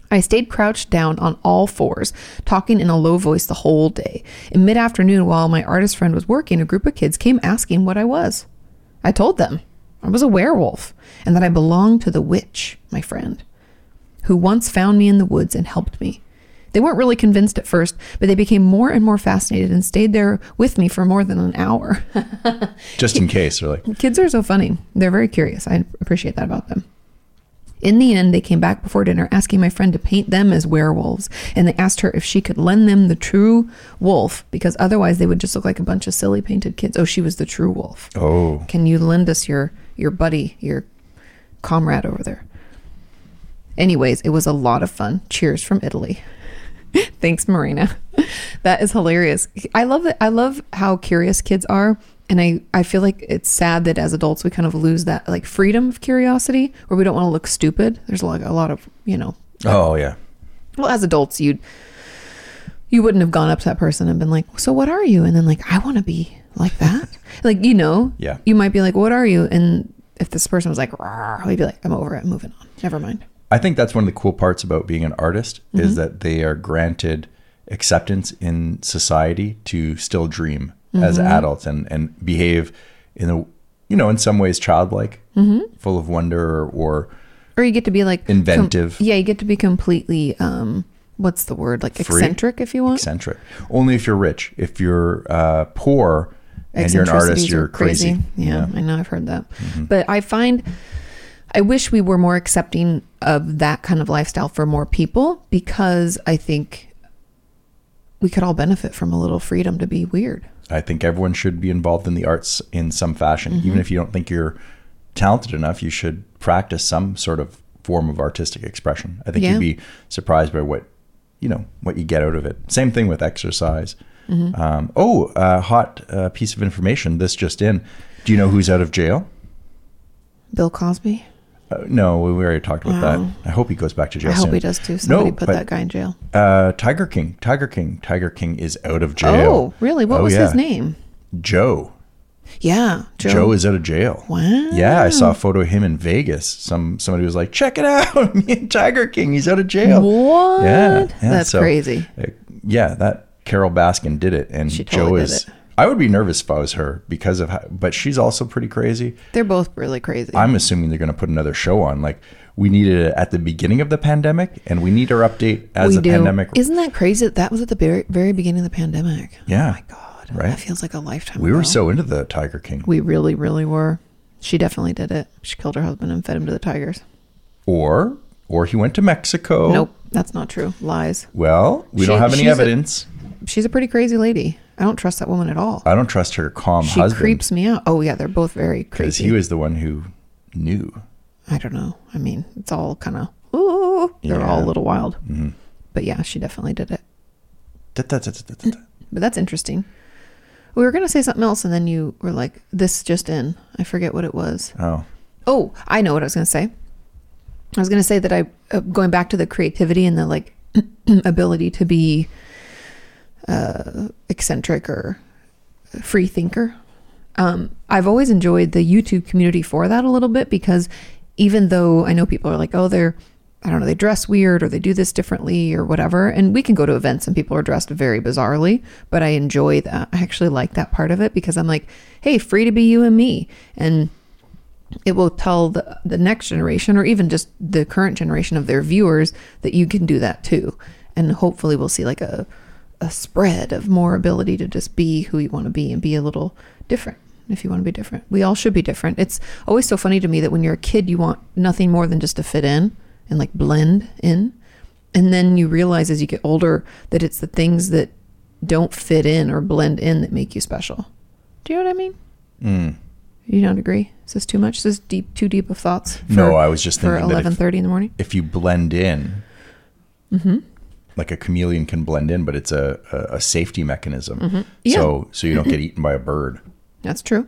S1: I stayed crouched down on all fours, talking in a low voice the whole day. In mid afternoon, while my artist friend was working, a group of kids came asking what I was. I told them I was a werewolf and that I belonged to the witch, my friend, who once found me in the woods and helped me. They weren't really convinced at first, but they became more and more fascinated and stayed there with me for more than an hour. *laughs*
S2: Just in case, they're like,
S1: Kids are so funny. They're very curious. I appreciate that about them. In the end, they came back before dinner asking my friend to paint them as werewolves, and they asked her if she could lend them the true wolf because otherwise they would just look like a bunch of silly painted kids. Oh, she was the true wolf.
S2: oh,
S1: Can you lend us your your buddy, your comrade over there? Anyways, it was a lot of fun. Cheers from Italy. *laughs* Thanks, Marina. *laughs* That is hilarious. I love that. I love how curious kids are, and I I feel like it's sad that as adults we kind of lose that like freedom of curiosity, where we don't want to look stupid. There's like a lot of you know.
S2: oh yeah.
S1: Well, as adults, you'd you wouldn't have gone up to that person and been like, "So what are you?" And then like, "I want to be like
S2: *laughs*
S1: that." like you know,
S2: Yeah.
S1: You might be like, "What are you?" And if this person was like, "Rawr," we'd be like, "I'm over it. I'm moving on. Never mind."
S2: I think that's one of the cool parts about being an artist
S1: Mm-hmm.
S2: is that they are granted acceptance in society to still dream as
S1: Mm-hmm.
S2: adults and and behave in a you know in some ways childlike,
S1: Mm-hmm.
S2: full of wonder or, or
S1: Or you get to be like com-
S2: Inventive.
S1: yeah, you get to be completely um, what's the word like
S2: Free?
S1: eccentric if you want.
S2: eccentric. Only if you're rich. If you're uh, poor and you're an artist,
S1: Eccentricities are
S2: you're crazy. Mm-hmm.
S1: Yeah, I know. I've heard that. But I find I wish we were more accepting of that kind of lifestyle for more people because I think we could all benefit from a little freedom to be weird.
S2: I think everyone should be involved in the arts in some fashion.
S1: Mm-hmm.
S2: Even if you don't think you're talented enough, you should practice some sort of form of artistic expression. I think
S1: Yeah.
S2: you'd be surprised by what you know what you get out of it. Same thing with exercise.
S1: Mm-hmm.
S2: Um, oh, uh, hot uh, piece of information. This just in. Do you know who's out of jail?
S1: Bill Cosby.
S2: Uh, no, we already talked about
S1: Wow.
S2: that. I hope he goes back to jail.
S1: I hope
S2: soon.
S1: he does too. Somebody
S2: no,
S1: put
S2: but,
S1: that guy in jail.
S2: Uh, Tiger King. Tiger King. Tiger King is out of
S1: Oh,
S2: jail.
S1: really? What
S2: Oh,
S1: was
S2: yeah.
S1: his name?
S2: Joe.
S1: Yeah, Joe.
S2: Joe is out of jail.
S1: Wow.
S2: Yeah, I
S1: Mm.
S2: saw a photo of him in Vegas. Some somebody was like, "Check it out, *laughs* me and Tiger King. He's out of jail."
S1: What?
S2: Yeah, yeah,
S1: That's
S2: so-
S1: crazy.
S2: Uh, yeah, that Carol Baskin did it, and
S1: She
S2: Joe
S1: totally did
S2: is.
S1: it.
S2: I would be nervous if I was her because of, how, but she's also pretty crazy.
S1: They're both really crazy.
S2: I'm assuming they're going to put another show on. Like we needed it at the beginning of the pandemic, and we need her update as the pandemic.
S1: Isn't that crazy? that That was at the very, very beginning of the pandemic.
S2: yeah,
S1: oh God,
S2: Right?
S1: That feels like a lifetime.
S2: we were
S1: ago.
S2: so into the Tiger King,
S1: We really, really were. She definitely did it. She killed her husband and fed him to the tigers.
S2: or or he went to Mexico.
S1: Nope, that's not true. Lies.
S2: Well, we
S1: She-
S2: don't have any
S1: she's a-
S2: evidence.
S1: She's a pretty crazy lady. I don't trust that woman at all.
S2: I I don't trust her calm
S1: She
S2: husband.
S1: creeps me out. Oh yeah, they're both very
S2: because
S1: crazy.
S2: he was the one who knew.
S1: I don't know. I mean, it's all kind of ooh. They're all a
S2: Yeah. Mm-hmm.
S1: little wild. But yeah, she definitely did it.
S2: Da, da, da, da, da, da.
S1: But that's interesting. We were gonna say something else, and then you were like, "This just in." I forget what it was.
S2: Oh,
S1: Oh, I know what I was going to say. I was going to say that I, uh, going back to the creativity and the like *clears throat* ability to be uh, eccentric or free thinker. Um, I've always enjoyed the YouTube community for that a little bit because even though I know people are like, oh, they're, I don't know, they dress weird or they do this differently or whatever. And we can go to events and people are dressed very bizarrely, but I enjoy that. I actually like that part of it because I'm like, hey, free to be you and me. And it will tell the, the next generation or even just the current generation of their viewers that you can do that too and hopefully we'll see like a, a spread of more ability to just be who you want to be and be a little different if you want to be different we all should be different it's always so funny to me that when you're a kid you want nothing more than just to fit in and like blend in and then you realize as you get older that it's the things that don't fit in or blend in that make you special do you know what i mean
S2: Hmm.
S1: you don't agree? Is this too much? Is this deep, too deep of thoughts?
S2: No, I was just
S1: for
S2: thinking that if-
S1: eleven thirty in the morning.
S2: if you blend in, Mm-hmm. like a chameleon can blend in, but it's a, a, a safety mechanism.
S1: Yeah.
S2: So so you don't get eaten by a bird.
S1: That's true.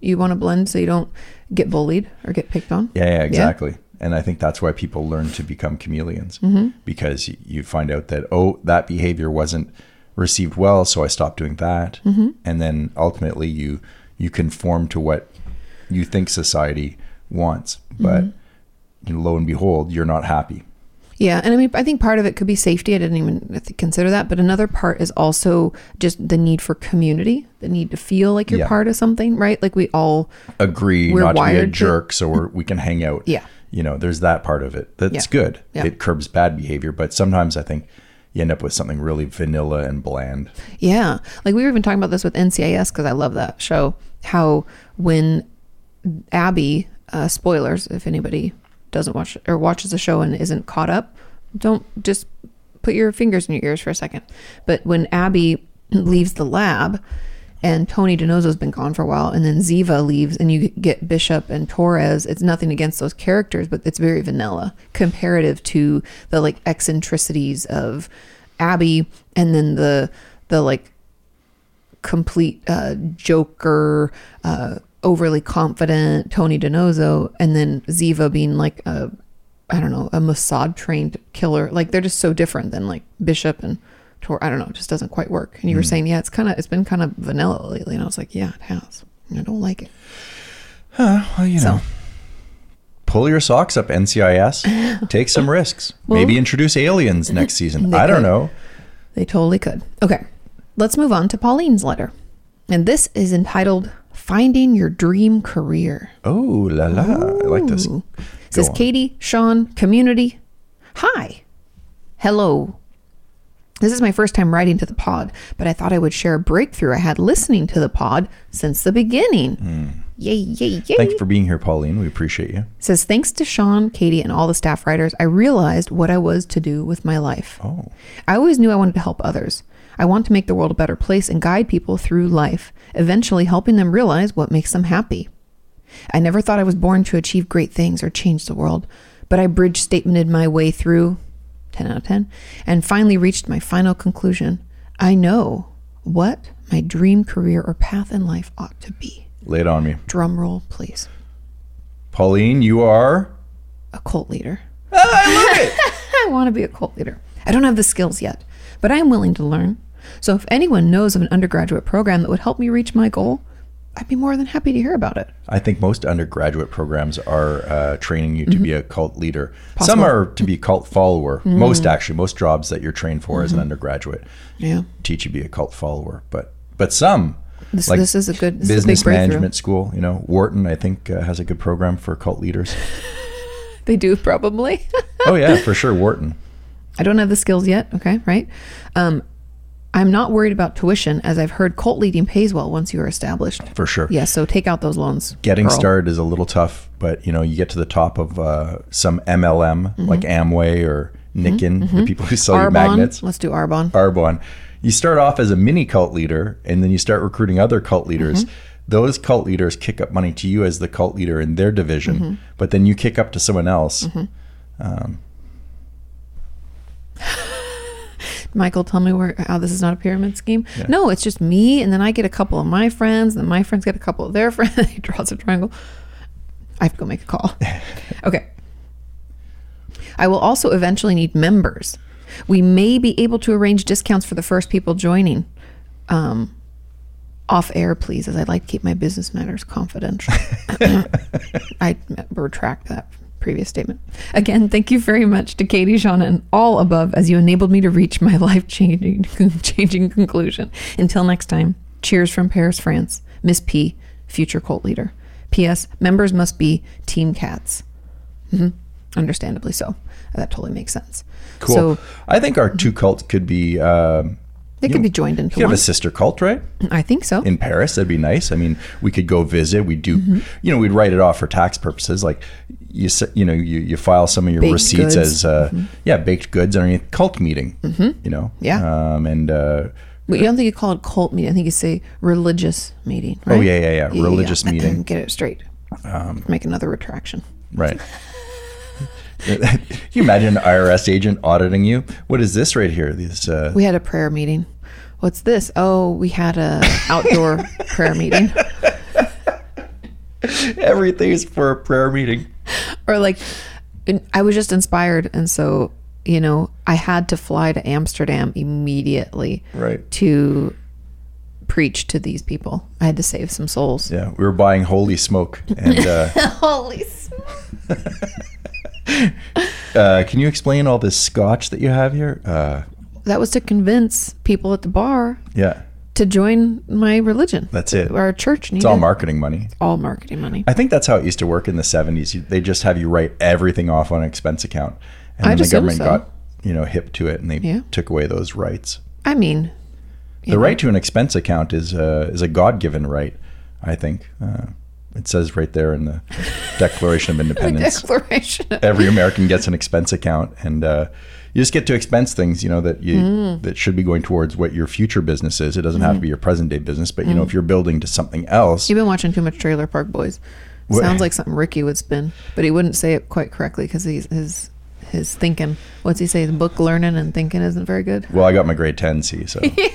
S1: you want to blend so you don't get bullied or get picked on.
S2: Yeah, yeah exactly. And I think that's why people learn to become chameleons
S1: Mm-hmm.
S2: because y- you find out that, oh, that behavior wasn't received well, so I stopped doing that.
S1: Mm-hmm.
S2: And then ultimately you you conform to what you think society wants. But
S1: Mm-hmm.
S2: lo and behold, you're not happy.
S1: Yeah, and I mean, I think part of it could be safety. I didn't even I think, consider that, but another part is also just the need for community, the need to feel like you're
S2: Yeah.
S1: part of something, right? Like we all,
S2: Agree
S1: We're
S2: not to be a
S1: wired to-
S2: jerk so we're, we can hang out.
S1: Yeah.
S2: You know, there's that part of it. That's
S1: Yeah.
S2: good.
S1: Yeah.
S2: It curbs bad behavior, but sometimes I think you end up with something really vanilla and bland.
S1: yeah. Like we were even talking about this with NCIS because I love that show. How when Abby, uh, spoilers if anybody doesn't watch or watches the show and isn't caught up, don't just put your fingers in your ears for a second. But when Abby leaves the lab and Tony DiNozzo's been gone for a while and then Ziva leaves and you get Bishop and Torres, it's nothing against those characters, but it's very vanilla comparative to the like eccentricities of Abby and then the the like complete uh, joker, uh, overly confident Tony DiNozzo, and then Ziva being like a, I don't know, a Mossad trained killer. Like they're just so different than like Bishop and Tor. I don't know, it just doesn't quite work. And you were saying, yeah, it's kind of, it's been kind of vanilla lately, and I was like, yeah, it has. And I don't like it.
S2: Well, you
S1: So
S2: know, pull your socks
S1: *laughs*
S2: up, NCIS. Take some risks. Maybe introduce aliens next season.
S1: They
S2: I don't
S1: could.
S2: know.
S1: they totally could. Okay, let's move on to Pauline's letter, and this is entitled "Finding Your Dream Career."
S2: Oh la la! I like this.
S1: Ooh. says
S2: on.
S1: Katie, Sean, community. Hi. Hello. This is my first time writing to the pod, but I thought I would share a breakthrough I had listening to the pod since the beginning. Yay, yay, yay.
S2: Hmm. Thank you for being here, Pauline. We appreciate you.
S1: Says thanks to Sean, Katie, and all the staff writers, I realized what I was to do with my life.
S2: Oh,
S1: I always knew I wanted to help others. I want to make the world a better place and guide people through life, eventually helping them realize what makes them happy. I never thought I was born to achieve great things or change the world, but I bridge statemented my way through 10 out of 10 and finally reached my final conclusion. I know what my dream career or path in life ought to be.
S2: lay it on me,
S1: Drum roll, please.
S2: Pauline. You are.
S1: a cult leader. *laughs* I want to be a cult leader. I don't have the skills yet, but I am willing to learn. So if anyone knows of an undergraduate program that would help me reach my goal, I'd be more than happy to hear about it.
S2: I think most undergraduate programs are uh, training you to be a cult leader. Some
S1: Mm-hmm. Possible. Mm-hmm.
S2: are to be a cult follower. Most actually, most jobs that you're trained for as an undergraduate
S1: Yeah.
S2: teach you to be a cult follower. But but some
S1: This,
S2: Like
S1: this is a good this is a big
S2: business
S1: breakthrough.
S2: management school. You know, Wharton, I think, uh, has a good program for cult leaders.
S1: They do probably. *laughs*
S2: oh yeah, for sure, Wharton.
S1: I don't have the skills yet. Okay, right. Um, I'm not worried about tuition, as I've heard cult leading pays well once you are established.
S2: For sure.
S1: Yeah, so take out those loans.
S2: Getting
S1: girl.
S2: started is a little tough, but you know, you get to the top of uh, some MLM like Amway or Nikin, the people who sell oh, you
S1: Mm-hmm. Arbonne.
S2: magnets,
S1: Let's do Arbonne.
S2: Arbonne. You start off as a mini cult leader, and then you start recruiting other cult leaders.
S1: Mm-hmm.
S2: Those cult leaders kick up money to you as the cult leader in their division,
S1: Mm-hmm.
S2: but then you kick up to someone else.
S1: Michael, tell me where how this is not a pyramid scheme. No, it's just me, and then I get a couple of my friends, and then my friends get a couple of their *laughs* friends. he draws a triangle. I have to go make a call. okay. I will also eventually need members. We may be able to arrange discounts for the first people joining. Um, off air, please, as I'd like to keep my business matters
S2: *laughs*
S1: confidential. I retract that previous statement. Again, thank you very much to Katie, Shauna, and all above as you enabled me to reach my *laughs* life changing changing conclusion. Until next time, cheers from Paris, France. Miss P, future cult leader. P.S. Members must be Team Cats. hmm Understandably so. That totally makes sense.
S2: Cool.
S1: So Mm-hmm.
S2: I think our two cults could be. Um,
S1: they could be joined into
S2: you have
S1: one.
S2: a sister cult, right?
S1: I think so.
S2: in Paris. That'd be nice. I mean, we could go visit. We do,
S1: Mm-hmm.
S2: you know, we'd write it off for tax purposes. Like you, s- you know, you, you file some of your
S1: Baked goods.
S2: receipts
S1: Mm-hmm.
S2: as, uh, yeah, baked goods underneath cult meeting. You know,
S1: Yeah.
S2: um, and uh,
S1: But you don't think you call it cult meeting. I think you say religious meeting.
S2: oh
S1: right?
S2: yeah, yeah, yeah, religious meeting, Um,
S1: Get it straight. Make another retraction.
S2: right? *laughs* Can you imagine an IRS agent auditing you? What is this right here? This uh,
S1: We had a prayer meeting.
S2: *laughs*
S1: What's this? Oh, we had a outdoor prayer meeting.
S2: Everything's for a prayer meeting.
S1: or like and I was just inspired and so you know I had to fly to Amsterdam immediately
S2: Right.
S1: to preach to these people I had to save some souls
S2: Yeah, we were buying holy smoke. And
S1: *laughs*
S2: uh,
S1: holy smoke.
S2: uh, can you explain all this scotch that you have here? Uh,
S1: that was to convince people at the bar
S2: yeah,
S1: to join my religion
S2: that's it.
S1: our church needed
S2: It's all marketing money.
S1: all marketing money
S2: I think that's how it used to work in the 70s. You- They just have you write everything off on an expense account. And
S1: I
S2: then the
S1: just assume
S2: government
S1: so.
S2: got, you know, hip to it and they
S1: Yeah.
S2: took away those rights.
S1: I
S2: *laughs*
S1: mean
S2: The right to an expense account is uh, is a God given right, I think. Uh, it says right there
S1: *laughs*
S2: in the Declaration of Independence.
S1: declaration *laughs*
S2: Every American gets an expense account, and uh, you just get to expense things, you know, that you
S1: Mm.
S2: that should be going towards what your future business is. It doesn't
S1: Mm-hmm.
S2: have to be your present day business, but you
S1: Mm.
S2: know, if you're building to something else,
S1: You've been watching too much Trailer Park Boys.
S2: Wha-
S1: Sounds like something Ricky would spin, but he wouldn't say it quite correctly because he's his his thinking. What's he say? His book learning and thinking isn't very good.
S2: Well, I got my grade 10
S1: *laughs*
S2: C, so he,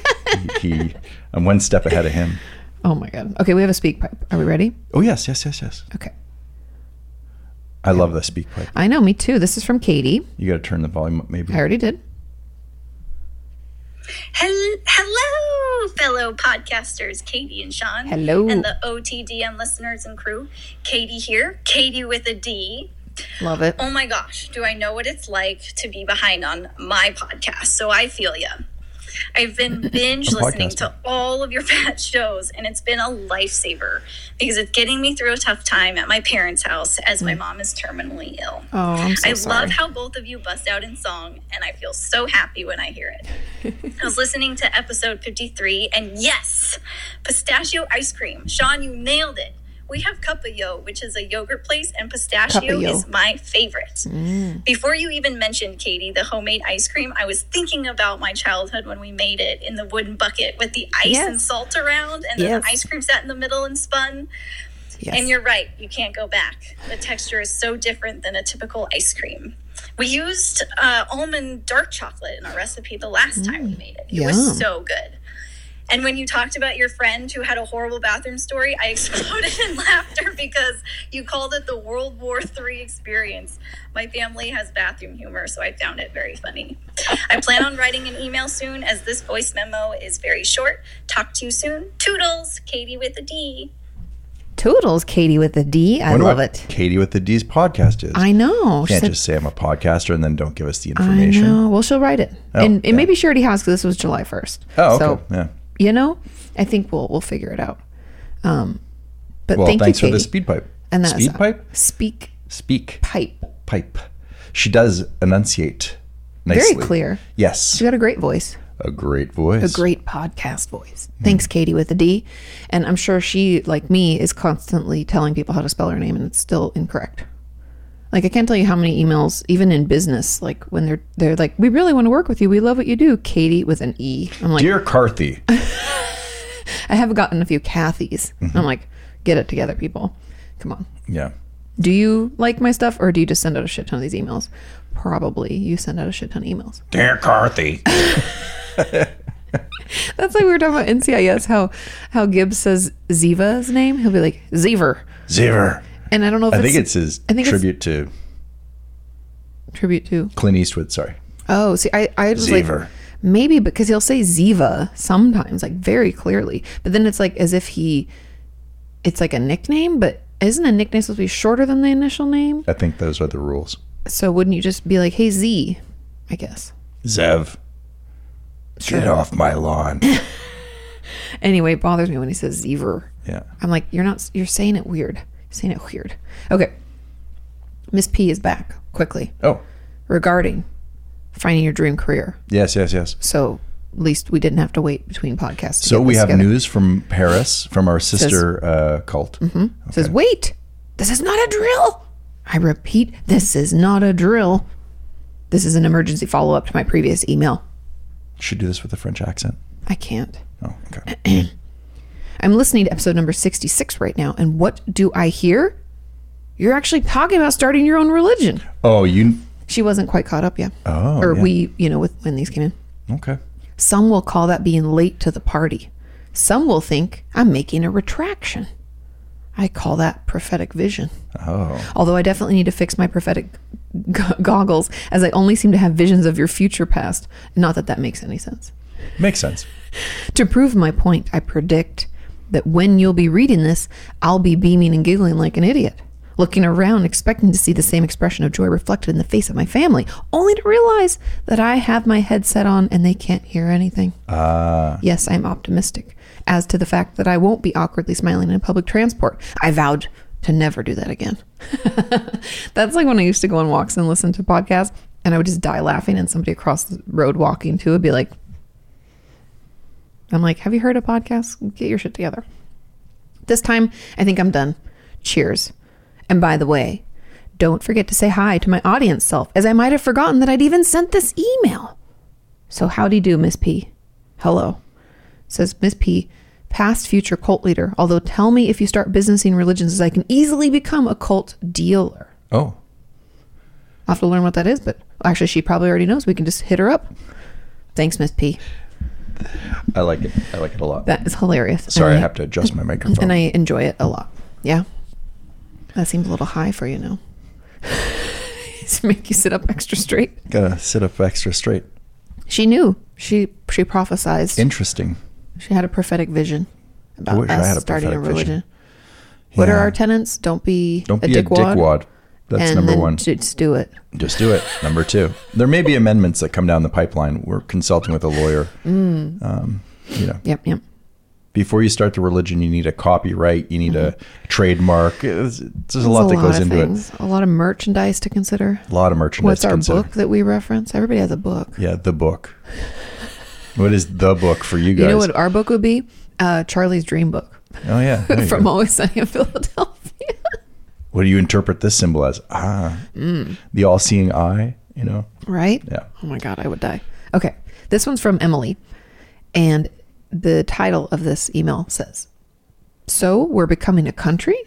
S2: he, I'm one step ahead of him.
S1: Oh my god. Okay, we have a speak pipe. Are we ready?
S2: Oh, yes, yes, yes, yes.
S1: Okay.
S2: I love the speak pipe.
S1: I know. Me too. This is from Katie.
S2: You got to turn the volume up, maybe.
S1: I already did.
S3: Hel- Hello, fellow podcasters, Katie and Sean.
S1: Hello.
S3: And the OTDN listeners and crew. Katie here, Katie with a D.
S1: Love it.
S3: Oh my gosh, do I know what it's like to be behind on my podcast? So I feel ya. I've been binge
S2: A
S3: listening
S2: podcaster.
S3: to all of your *laughs* fat shows, and it's been a lifesaver because it's getting me through a tough time at my parents' house as my mom is terminally ill.
S1: Oh, I'm so
S3: I
S1: sorry.
S3: love how both of you bust out in song, and I feel so happy when I hear it.
S1: *laughs*
S3: I was listening to episode 53, and yes, pistachio ice cream. Sean, you nailed it. We have Cuppa Yo, which is a yogurt place, and pistachio
S1: Cuppa Yo.
S3: is my favorite.
S1: Mm.
S3: Before you even mentioned, Katie, the homemade ice cream, I was thinking about my childhood when we made it in the wooden bucket with the ice and
S1: Yes.
S3: salt around, and then
S1: Yes.
S3: the ice cream sat in the middle and spun.
S1: yes.
S3: And you're right, you can't go back. The texture is so different than a typical ice cream. We used uh, almond dark chocolate in our recipe the last time we made it. It
S1: Mm. yum.
S3: was so good. And when you talked about your friend who had a horrible bathroom story, I *laughs* exploded in laughter because you called it the World War III experience. My family has bathroom humor, so I found it very funny. I plan on writing an email soon as this voice memo is very short. Talk to you soon. Toodles, Katie with a D.
S4: Toodles, Katie with a D. I
S2: Wonder
S4: love
S2: what
S4: it.
S2: Katie with the D's podcast is.
S1: I know. She
S2: can't
S1: said-
S2: just say I'm a podcaster and then don't give us the
S1: I
S2: information. Oh,
S1: know. Well, she'll write it, and, and
S2: yeah.
S1: maybe she already has because this was July first.
S2: Oh, okay.
S1: So
S2: yeah.
S1: you know, I think we'll we'll figure it out. Um, but
S2: Well,
S1: thank
S2: thanks
S1: you,
S2: for
S1: Katie.
S2: the speed pipe.
S1: And that's
S2: speed pipe?
S1: Speak
S2: Speak
S1: pipe.
S2: pipe. She does enunciate nicely.
S1: clear.
S2: Yes.
S1: She's got a great voice,
S2: A great voice.
S1: a great podcast voice. Thanks, Katie with a D. And I'm sure she, like me, is constantly telling people how to spell her name and it's still incorrect. Like I can't tell you how many emails, even in business, like when they're they're like, We really want to work with you. We love what you do, Katie with an E. I'm like, *laughs*
S2: Dear Carthy,
S1: I have gotten a few Kathys.
S2: Mm-hmm.
S1: I'm like, get it together, people. Come on.
S2: yeah,
S1: Do you like my stuff or do you just send out a shit ton of these emails? Probably you send out a shit ton of emails.
S2: dear Carthy.
S1: That's like we were talking about NCIS, how how Gibbs says Ziva's name. He'll be like Ziver,
S2: Ziver.
S1: and I don't know if
S2: I
S1: it's,
S2: think it's his
S1: I think it's-
S2: tribute to
S1: tribute to.
S2: Clint Eastwood. Sorry,
S1: Oh, see, I I was
S2: Ziver.
S1: like maybe because he'll say Ziva sometimes, like very clearly, but then it's like as if he, it's like a nickname, but isn't a nickname supposed to be shorter than the initial name?
S2: I think those are the rules.
S1: So wouldn't you just be like, hey Z, I guess.
S2: Zev, get off my
S1: *laughs*
S2: lawn.
S1: Anyway, it bothers me when he says Ziver.
S2: yeah,
S1: I'm like, you're not, you're saying it weird. You're saying it weird. Okay. Miss P is back quickly.
S2: Oh,
S1: regarding finding your dream career.
S2: yes, yes, yes.
S1: So at least we didn't have to wait between podcasts. to
S2: So
S1: get
S2: we
S1: this
S2: have
S1: together.
S2: news from Paris from our sister uh, cult.
S1: It Says wait, this is not a drill. I repeat, this is not a drill. This is an emergency follow up to my previous email.
S2: Should do this with a French accent.
S1: I can't.
S2: Oh, okay.
S1: I'm listening to episode number 66 right now, and what do I hear? You're actually talking about starting your own religion.
S2: Oh, you
S1: She wasn't quite caught up yet.
S2: Oh,
S1: or
S2: yeah.
S1: we, you know, with when these came in.
S2: okay?
S1: Some will call that being late to the party. Some will think I'm making a retraction. I call that prophetic vision.
S2: Oh.
S1: Although I definitely need to fix my prophetic go- goggles, as I only seem to have visions of your future past. Not that that makes any sense.
S2: Makes sense.
S1: To prove my point, I predict that when you'll be reading this, I'll be beaming and giggling like an idiot, looking around expecting to see the same expression of joy reflected in the face of my family, only to realize that I have my headset on and they can't hear anything.
S2: Uh,
S1: Yes, I'm optimistic as to the fact that I won't be awkwardly smiling in public transport. I vowed to never do that again. *laughs* That's like when I used to go on walks and listen to podcasts and I would just die laughing and somebody across the road walking too would be like, I'm like, have you heard a podcast? Get your shit together. This time, I think I'm done. Cheers. And by the way, don't forget to say hi to my audience self, as I might have forgotten that I'd even sent this email. So, howdy do, Miss P. Hello. Says Miss P, past future cult leader, although tell me if you start businessing religions, as I can easily become a cult dealer.
S2: Oh.
S1: I'll have to learn what that is, but actually, she probably already knows. We can just hit her up. Thanks, Miss P.
S2: I like it. I like it a lot.
S1: That is hilarious. And
S2: Sorry, I have to adjust my microphone.
S1: and I enjoy it a lot. Yeah, that seems a little high for you *laughs* now. Just make you sit up extra straight.
S2: Gotta sit up extra straight.
S1: She knew. She she prophesized.
S2: Interesting.
S1: she had a prophetic vision about
S2: wish I
S1: us
S2: had a
S1: starting a
S2: prophetic
S1: religion.
S2: vision.
S1: What are
S2: Yeah.
S1: our tenants? Don't be
S2: Don't
S1: a
S2: be a
S1: dickwad.
S2: dickwad. That's
S1: and
S2: number
S1: then
S2: one.
S1: Just do it.
S2: Just do it. Number two. There may be amendments that come down the pipeline. We're consulting with a lawyer. Um,
S1: Mm.
S2: you know,
S1: Yep, yep.
S2: before you start the religion, you need a copyright. You need
S1: Mm-hmm.
S2: a trademark. It's- there's a lot that goes into it.
S1: it. A lot of merchandise to consider.
S2: A lot of merchandise.
S1: What's
S2: to
S1: our
S2: consider.
S1: book that we reference? Everybody has a book.
S2: Yeah, the book. What is the book for you guys?
S1: You know what our book would be? Uh, Charlie's dream book *laughs*
S2: oh yeah. there you
S1: from
S2: go.
S1: Always Sunny in
S2: *laughs*
S1: Philadelphia.
S2: what do you interpret this symbol as? Ah,
S1: Mm.
S2: the all-seeing eye. You know.
S1: Right?
S2: Yeah.
S1: Oh my God, I would die. Okay. This one's from Emily. And the title of this email says So we're becoming a country?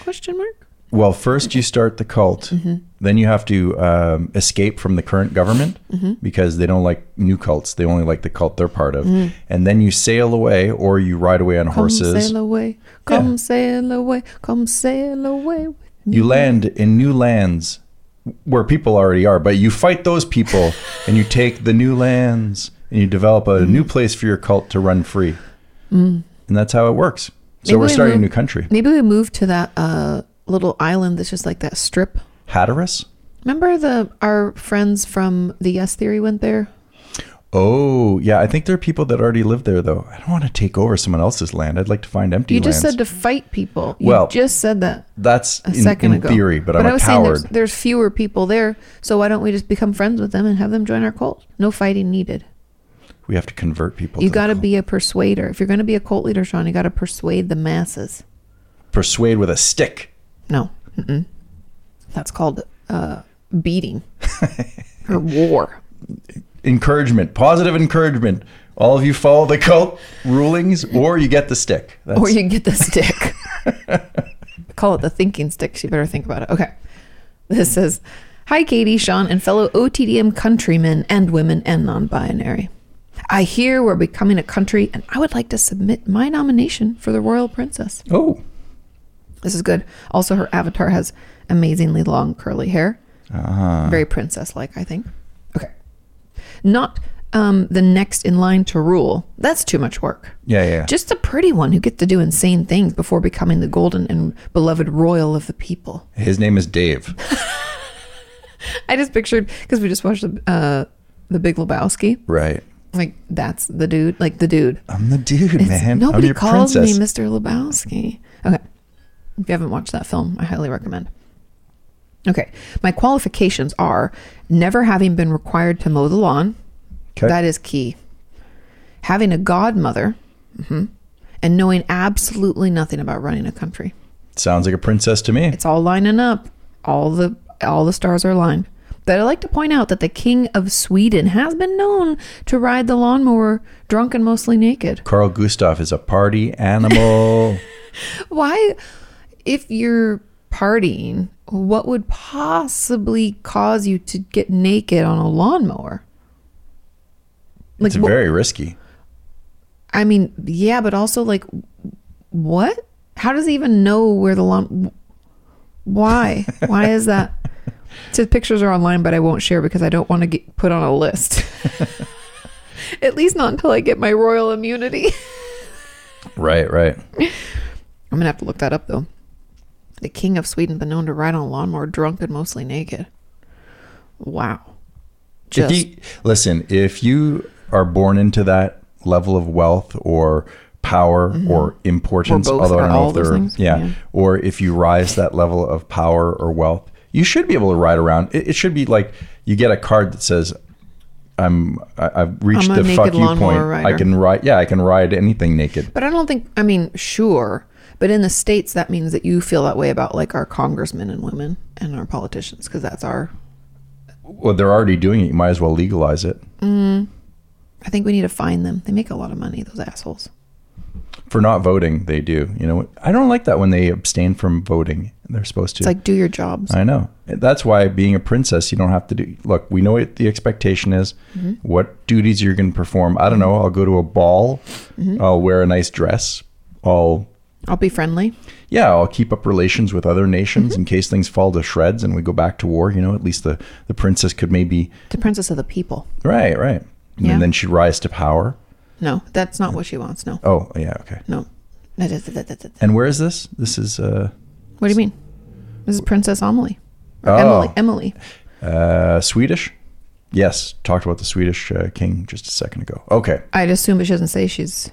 S1: Question mark.
S2: Well, first you start the cult,
S1: Mm-hmm.
S2: then you have to um, escape from the current government
S1: Mm-hmm.
S2: because they don't like new cults. They only like the cult they're part of,
S1: Mm.
S2: and then you sail away or you ride away on
S1: Come
S2: horses.
S1: sail away. Come sail away. Come sail away.
S2: You land in new lands where people already are, but you fight those
S1: *laughs*
S2: people and you take the new lands and you develop a
S1: Mm-hmm.
S2: new place for your cult to run free, and that's how it works. So
S1: Mm. Maybe
S2: we're
S1: we
S2: starting
S1: move-
S2: a new country.
S1: Maybe we move to that uh, little island that's just like that strip.
S2: Hatteras.
S1: Remember the our friends from the Yes Theory went there?
S2: Oh yeah, I think there are people that already live there though. I don't want to take over someone else's land. I'd like to find empty
S1: You
S2: lands.
S1: just said to fight people. You
S2: Well,
S1: just said that.
S2: That's
S1: a
S2: in,
S1: second
S2: in
S1: ago.
S2: theory, but, I'm a coward.
S1: there's, there's fewer people there, so why don't we just become friends with them and have them join our cult? No fighting needed.
S2: we have to convert people.
S1: You
S2: to
S1: got to
S2: the-
S1: be a persuader. If you're going to be a cult leader, Sean, you got to persuade the masses.
S2: persuade with a stick.
S1: No, Mm-mm. that's called uh,
S2: *laughs*
S1: beating or war.
S2: Encouragement, positive encouragement. All of you follow the cult rulings, or you get the stick. That's,
S1: Or you get the stick. *laughs* Call it the thinking stick. So you better think about it. Okay. This says Hi, Katie, Sean, and fellow OTDM countrymen and women and non binary. I hear we're becoming a country, and I would like to submit my nomination for the Royal Princess.
S2: oh,
S1: This is good. Also, her avatar has amazingly long curly hair. Very princess like, I think. Okay. Not um, the next in line to rule. That's too much work.
S2: yeah, yeah, yeah.
S1: Just the pretty one who gets to do insane things before becoming the golden and beloved royal of the people.
S2: His name is Dave.
S1: I just pictured because we just watched the uh, the Big Lebowski.
S2: right.
S1: Like that's the dude. Like the dude.
S2: I'm the dude,
S1: It's-
S2: Oh, man. I'm
S1: nobody
S2: your
S1: calls
S2: princess.
S1: me Mr. Lebowski. Okay. If you haven't watched that film, I highly recommend. Okay. My qualifications are never having been required to mow the lawn.
S2: 'Kay.
S1: That is key. Having a godmother mhm, and knowing absolutely nothing about running a country
S2: Sounds like a princess to me.
S1: it's all lining up all the all the stars are aligned but i'd like to point out that the king of sweden has been known to ride the lawnmower drunk and mostly naked
S2: Carl Gustav is a party
S1: *laughs*
S2: animal.
S1: why if you're partying what would possibly cause you to get naked on a lawnmower like
S2: it's
S1: wh-
S2: very risky.
S1: i mean yeah but also like what How does he even know where the lawn? Why? Why is
S2: *laughs*
S1: that? It says pictures are online, but I won't share because I don't want to get put on a
S2: *laughs*
S1: list. At least not until I get my royal immunity. *laughs*
S2: Right, right.
S1: I'm gonna have to look that up though. The king of Sweden been known to ride on a lawnmower drunk and mostly naked. Wow.
S2: If
S1: Just
S2: you- listen, if you are born into that level of wealth or power or importance,
S1: Or Mm-hmm. both,
S2: although I
S1: or
S2: don't know
S1: all
S2: if
S1: those
S2: they're,
S1: things,
S2: yeah,
S1: yeah.
S2: or if you rise that level of power or wealth, you should be able to ride around. It, it should be like you get a card that says, "I'm I, I've reached
S1: I'm a
S2: the
S1: naked
S2: fuck you
S1: lawnmower
S2: point. I
S1: rider."
S2: can ride. Yeah, I can ride anything naked."
S1: But I don't think, I mean, sure. But in the States, that means that you feel that way about like our congressmen and women and our politicians because that's our.
S2: Well, they're already doing it. You might as well legalize it
S1: I think we need to find them. They make a lot of money, those assholes.
S2: for not voting. They do. You know, I don't like that when they abstain from voting. They're supposed to.
S1: It's like, do your jobs.
S2: I know. That's why being a princess, you don't have to do. Look, we know what the expectation is, what duties you're going to perform. I don't know. I'll go to a ball. I'll wear a nice dress. I'll,
S1: I'll be friendly.
S2: yeah, I'll keep up relations with other nations in case things fall to shreds and we go back to war. You know, at least the, the princess could maybe.
S1: The princess of the people.
S2: Right, right. And
S1: Yeah.
S2: then she'd rise to power.
S1: No, that's not what she wants. No,
S2: Oh, yeah, okay.
S1: no. That is- that- that- that- that-
S2: And where is this? This is, uh,
S1: What do you mean? This is Princess Emily. Or
S2: Oh.
S1: Emily. Emily.
S2: uh, Swedish? Yes, talked about the Swedish uh, king just a second ago. Okay.
S1: I'd assume, but she doesn't say she's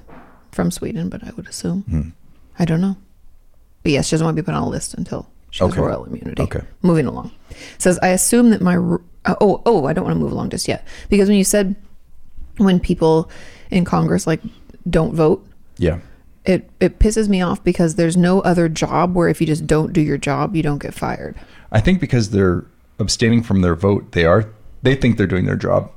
S1: from Sweden, but I would assume.
S2: Hmm.
S1: I don't know. But yes, she doesn't want to be put on a list until she has
S2: Okay.
S1: royal immunity.
S2: Okay.
S1: Moving along. Says, I assume that my. r- uh, Oh, oh, I don't want to move along just yet. Because when you said when people in Congress, like, don't vote,
S2: Yeah.
S1: it, it pisses me off because there's no other job where if you just don't do your job, you don't get fired.
S2: I think because they're abstaining from their vote, they are they think they're doing their job.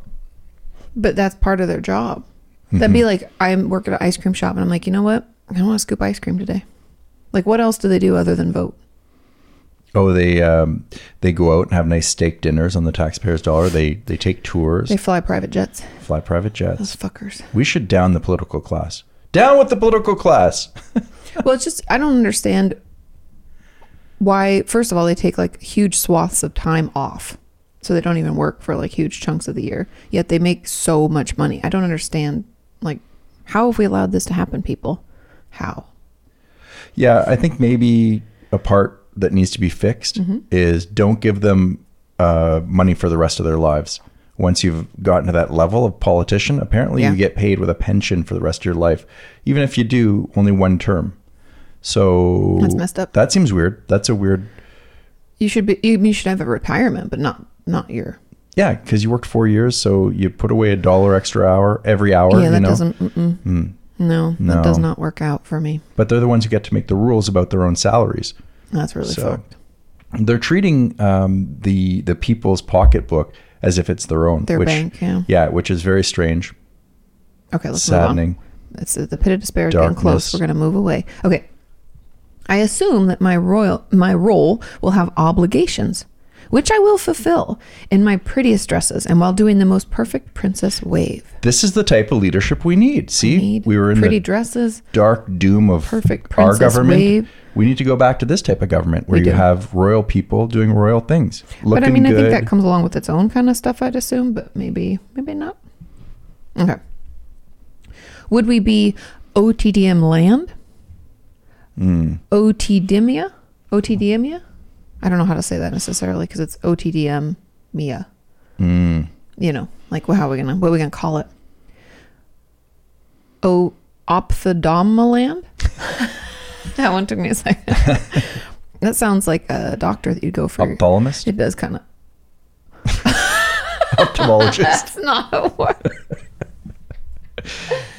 S1: but that's part of their job. That'd be like I'm working at an ice cream shop and I'm like, you know what? I don't want to scoop ice cream today. Like, what else do they do other than vote?
S2: Oh, they um, they go out and have nice steak dinners on the taxpayer's dollar. They they take tours,
S1: They fly private jets.
S2: fly private
S1: Those
S2: jets.
S1: fuckers.
S2: We should down the political class. Down with the political class.
S1: *laughs* well, it's just I don't understand why. First of all, they take like huge swaths of time off, so they don't even work for like huge chunks of the year. Yet they make so much money. I don't understand. Like, how have we allowed this to happen, people? How?
S2: Yeah, I think maybe a part that needs to be fixed
S1: Mm-hmm.
S2: is don't give them uh, money for the rest of their lives. Once you've gotten to that level of politician, apparently
S1: Yeah.
S2: you get paid with a pension for the rest of your life, even if you do only one term. So
S1: That's messed up.
S2: That seems weird. That's a weird.
S1: You should be. You, you should have a retirement, but not not your.
S2: Yeah, because you worked four years, so you put away a dollar extra hour every hour.
S1: yeah, that
S2: you know? Hmm.
S1: doesn't. Mm-mm. No,
S2: No.
S1: that does not work out for me.
S2: But they're the ones who get to make the rules about their own salaries.
S1: That's really
S2: So-
S1: fucked.
S2: they're treating um, the the people's pocketbook as if it's their own.
S1: Their bank, yeah.
S2: which is very strange,
S1: Okay, let's
S2: saddening.
S1: move on. It's uh, the pit of despair is getting
S2: Darkness.
S1: close. We're going to move away. Okay. I assume that my royal my role will have obligations, which I will fulfill in my prettiest dresses and while doing the most perfect princess wave.
S2: This is the type of leadership we need. See,
S1: Need
S2: we were in
S1: pretty
S2: the
S1: dresses.
S2: dark doom of
S1: Perfect
S2: our
S1: princess
S2: government.
S1: wave.
S2: We need to go back to this type of government where
S1: We
S2: you
S1: do.
S2: have royal people doing royal things, looking
S1: but I mean,
S2: good.
S1: I think that comes along with its own kind of stuff, I'd assume, but maybe, maybe not. Okay. Would we be OTDM land?
S2: Hmm.
S1: OTDMia? OTDMia? I don't know how to say that necessarily because it's OTDM Mia.
S2: Hmm.
S1: You know, like well, how are we gonna what are we gonna call it? O Ophthalmoland? *laughs* that one took me a
S2: *laughs*
S1: second. that sounds like a doctor that you'd go for. your-
S2: Ophthalmist,
S1: it does kind of. *laughs*
S2: *laughs* ophthalmologist.
S1: That's not a word.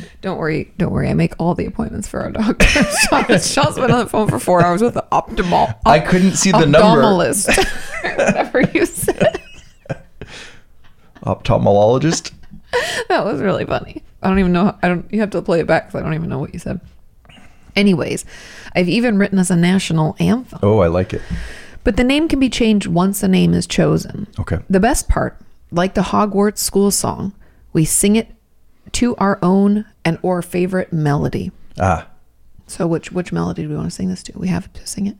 S1: *laughs* don't worry, don't worry. I make all the appointments for our doctor. *laughs* Sean, Sean's been on the phone for four hours with the optimal.
S2: I couldn't see the number. *laughs*
S1: ophthalmologist. *laughs* Whatever you said,
S2: Ophthalmologist.
S1: that was really funny. I don't even know. I don't. You have to play it back because I don't even know what you said. Anyways, I've even written us a national anthem.
S2: Oh, I like it.
S1: But the name can be changed once a name is chosen.
S2: Okay.
S1: The best part, like the Hogwarts school song, we sing it to our own and or favorite melody.
S2: Ah,
S1: So which which melody do we want to sing this to? We have to sing it.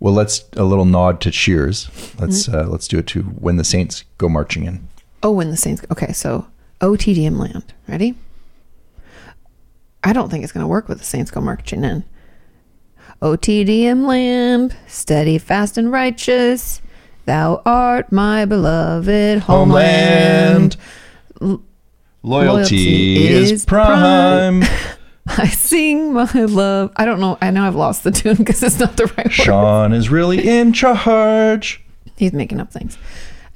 S2: Well, let's a little nod to Cheers. Let's
S1: Mm-hmm.
S2: uh, let's do it to when the Saints go marching in.
S1: Oh, when the Saints. Okay, so O TDM land. Ready? I don't think it's going to work with the Saints go marching in. O TDM land, steady, fast, and righteous. Thou art my beloved homeland.
S2: Loyalty,
S1: Loyalty
S2: is,
S1: is
S2: prime.
S1: I sing my love. I don't know. I know I've lost the tune because it's not the right word.
S2: *laughs* Sean is really in charge.
S1: He's making up things.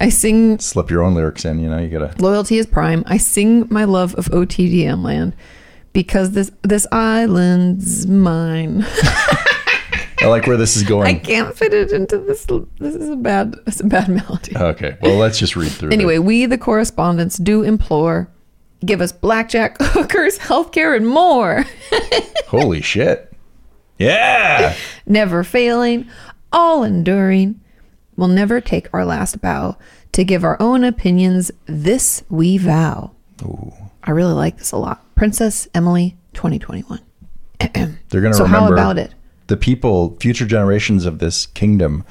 S1: I sing
S2: Slip your own lyrics in. You know you gotta.
S1: Loyalty is prime. I sing my love of OTDM land because this this island's mine. *laughs*
S2: I like where this is
S1: I
S2: going.
S1: can't fit it into this. This is a bad. It's a bad melody.
S2: Oh, Okay. Well, let's just read through.
S1: Anyway, we the correspondents do implore, give us blackjack, *laughs* hookers, healthcare, and more.
S2: it. Holy shit. Yeah.
S1: never failing, all enduring. We'll never take our last bow to give our own opinions. This we vow. I really like this a lot. Princess Emily *clears throat* 2021.
S2: They're gonna
S1: So how
S2: remember
S1: about it?
S2: the people, future generations of this kingdom,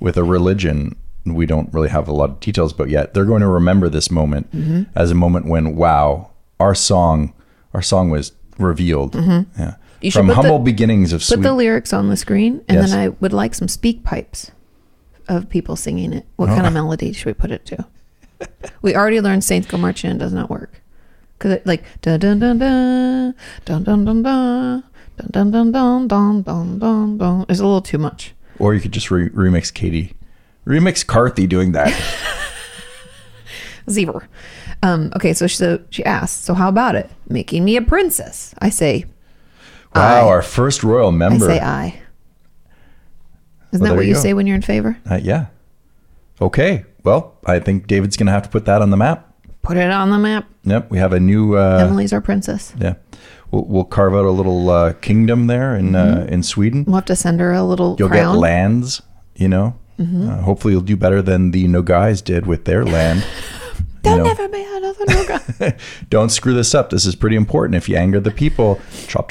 S2: with a religion we don't really have a lot of details about yet. They're going to remember this moment
S1: Mm-hmm.
S2: as a moment when wow, our song, our song was revealed. Yeah.
S1: Mm-hmm. You should
S2: From
S1: put the-
S2: humble beginnings of
S1: Put
S2: sweet.
S1: the lyrics on the screen, and
S2: Yes.
S1: then I would like some speak pipes of people singing it. What
S2: Oh.
S1: kind of melody should we put it
S2: *laughs*
S1: to? we already learned "Saints Go Marching In" does not work because it like dun dun dun dun dun dun dun dun dun dun dun dun dun dun dun dun. It's a little too much.
S2: or you could just re- remix Katie, remix Carthy
S1: *laughs*
S2: doing that.
S1: Zebra. Um, okay, so she, so she asks, so how about it? Making me a princess. I say,
S2: wow, our first royal
S1: I
S2: member.
S1: say I. Isn't
S2: Well,
S1: that
S2: there
S1: what
S2: you
S1: you
S2: go.
S1: say when you're in favor?
S2: Uh, yeah. Okay. Well, I think David's going to have to put that on the map.
S1: Put it on the map.
S2: Yep, we have a new uh,
S1: Emily's our princess.
S2: Yeah, we'll, we'll carve out a little uh, kingdom there in uh, in Sweden.
S1: We'll have to send her a little
S2: You'll
S1: Mm-hmm. crown. Mm-hmm.
S2: get lands, you know. Uh, hopefully, you'll do better than the no guys did with
S1: *laughs*
S2: their land.
S1: There'll
S2: you know.
S1: never be another
S2: *laughs*
S1: Noga.
S2: Don't screw this up. This is pretty important. If you anger the people, chop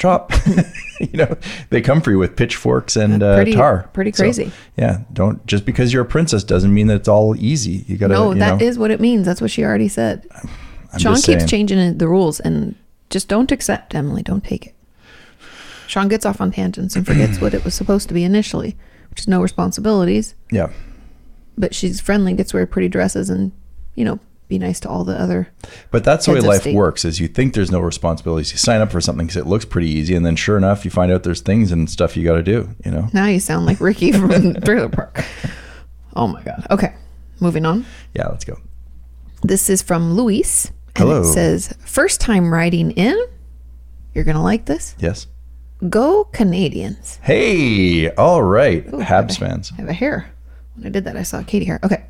S1: *laughs*
S2: chop. *laughs* you know, they come for you with pitchforks and uh,
S1: Pretty-
S2: tar.
S1: pretty
S2: So,
S1: crazy.
S2: yeah, don't just because you're a princess doesn't mean that it's all easy. You gotta.
S1: no,
S2: you
S1: that is
S2: know,
S1: what it means. That's what she already said.
S2: I'm
S1: Sean
S2: just
S1: keeps
S2: saying.
S1: changing it- the rules, and just don't accept Emily. Don't take it. Sean gets off on tangents and forgets what it was supposed to be initially, which is no responsibilities.
S2: Yeah,
S1: But she's friendly, gets to wear pretty dresses, and you know, be nice to all the other.
S2: But that's the way
S1: Heads of
S2: life
S1: state.
S2: works is you think there's no responsibilities. You sign up for something because it looks pretty easy. And then sure enough, you find out there's things and stuff you got to do,
S1: *laughs*
S2: you know?
S1: Now you sound like Ricky from *laughs* Trailer Park. Oh my god. Okay, moving on.
S2: Yeah, let's go.
S1: This is from Luis. And
S2: Hello.
S1: It says, first time riding in. You're going to like this.
S2: Yes.
S1: Go Canadians.
S2: Hey, all right. Habs
S1: okay.
S2: fans.
S1: I have a hair. When I did that, I saw Katie hair. Okay.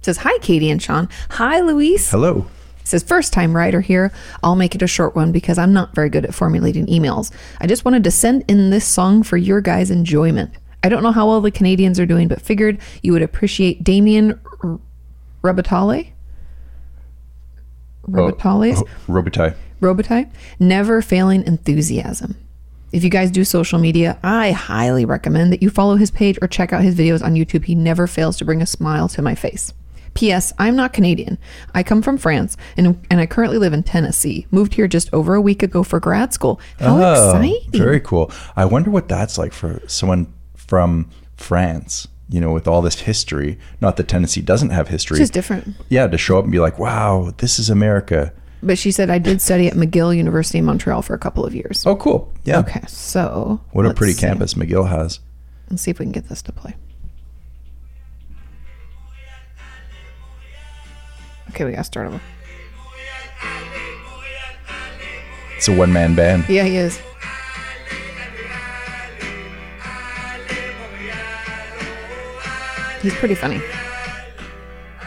S1: It says, hi, Katie and Sean. Hi, Luis.
S2: Hello.
S1: It says, first time writer here. I'll make it a short one because I'm not very good at formulating emails. I just wanted to send in this song for your guys' enjoyment. I don't know how well the Canadians are doing, but figured you would appreciate Damien R- Robitale. Robitale's?
S2: Oh, Robitaille.
S1: Robitaille, never failing enthusiasm. If you guys do social media, I highly recommend that you follow his page or check out his videos on YouTube. He never fails to bring a smile to my face. P.S. I'm not Canadian. I come from France and, and I currently live in Tennessee. Moved here just over a week ago for grad school. How Oh, exciting!
S2: Oh, Very cool. I wonder what that's like for someone from France, you know, with all this history. Not that Tennessee doesn't have history.
S1: This is different.
S2: yeah, to show up and be like, wow, this is America.
S1: But she said I did study at McGill University in Montreal for a couple of years.
S2: Oh, cool. Yeah.
S1: Okay, so
S2: What a
S1: let's
S2: pretty
S1: see.
S2: campus McGill has.
S1: Let's see if we can get this to play. Okay, we gotta start over.
S2: It's a one man band.
S1: Yeah, he is. He's pretty funny.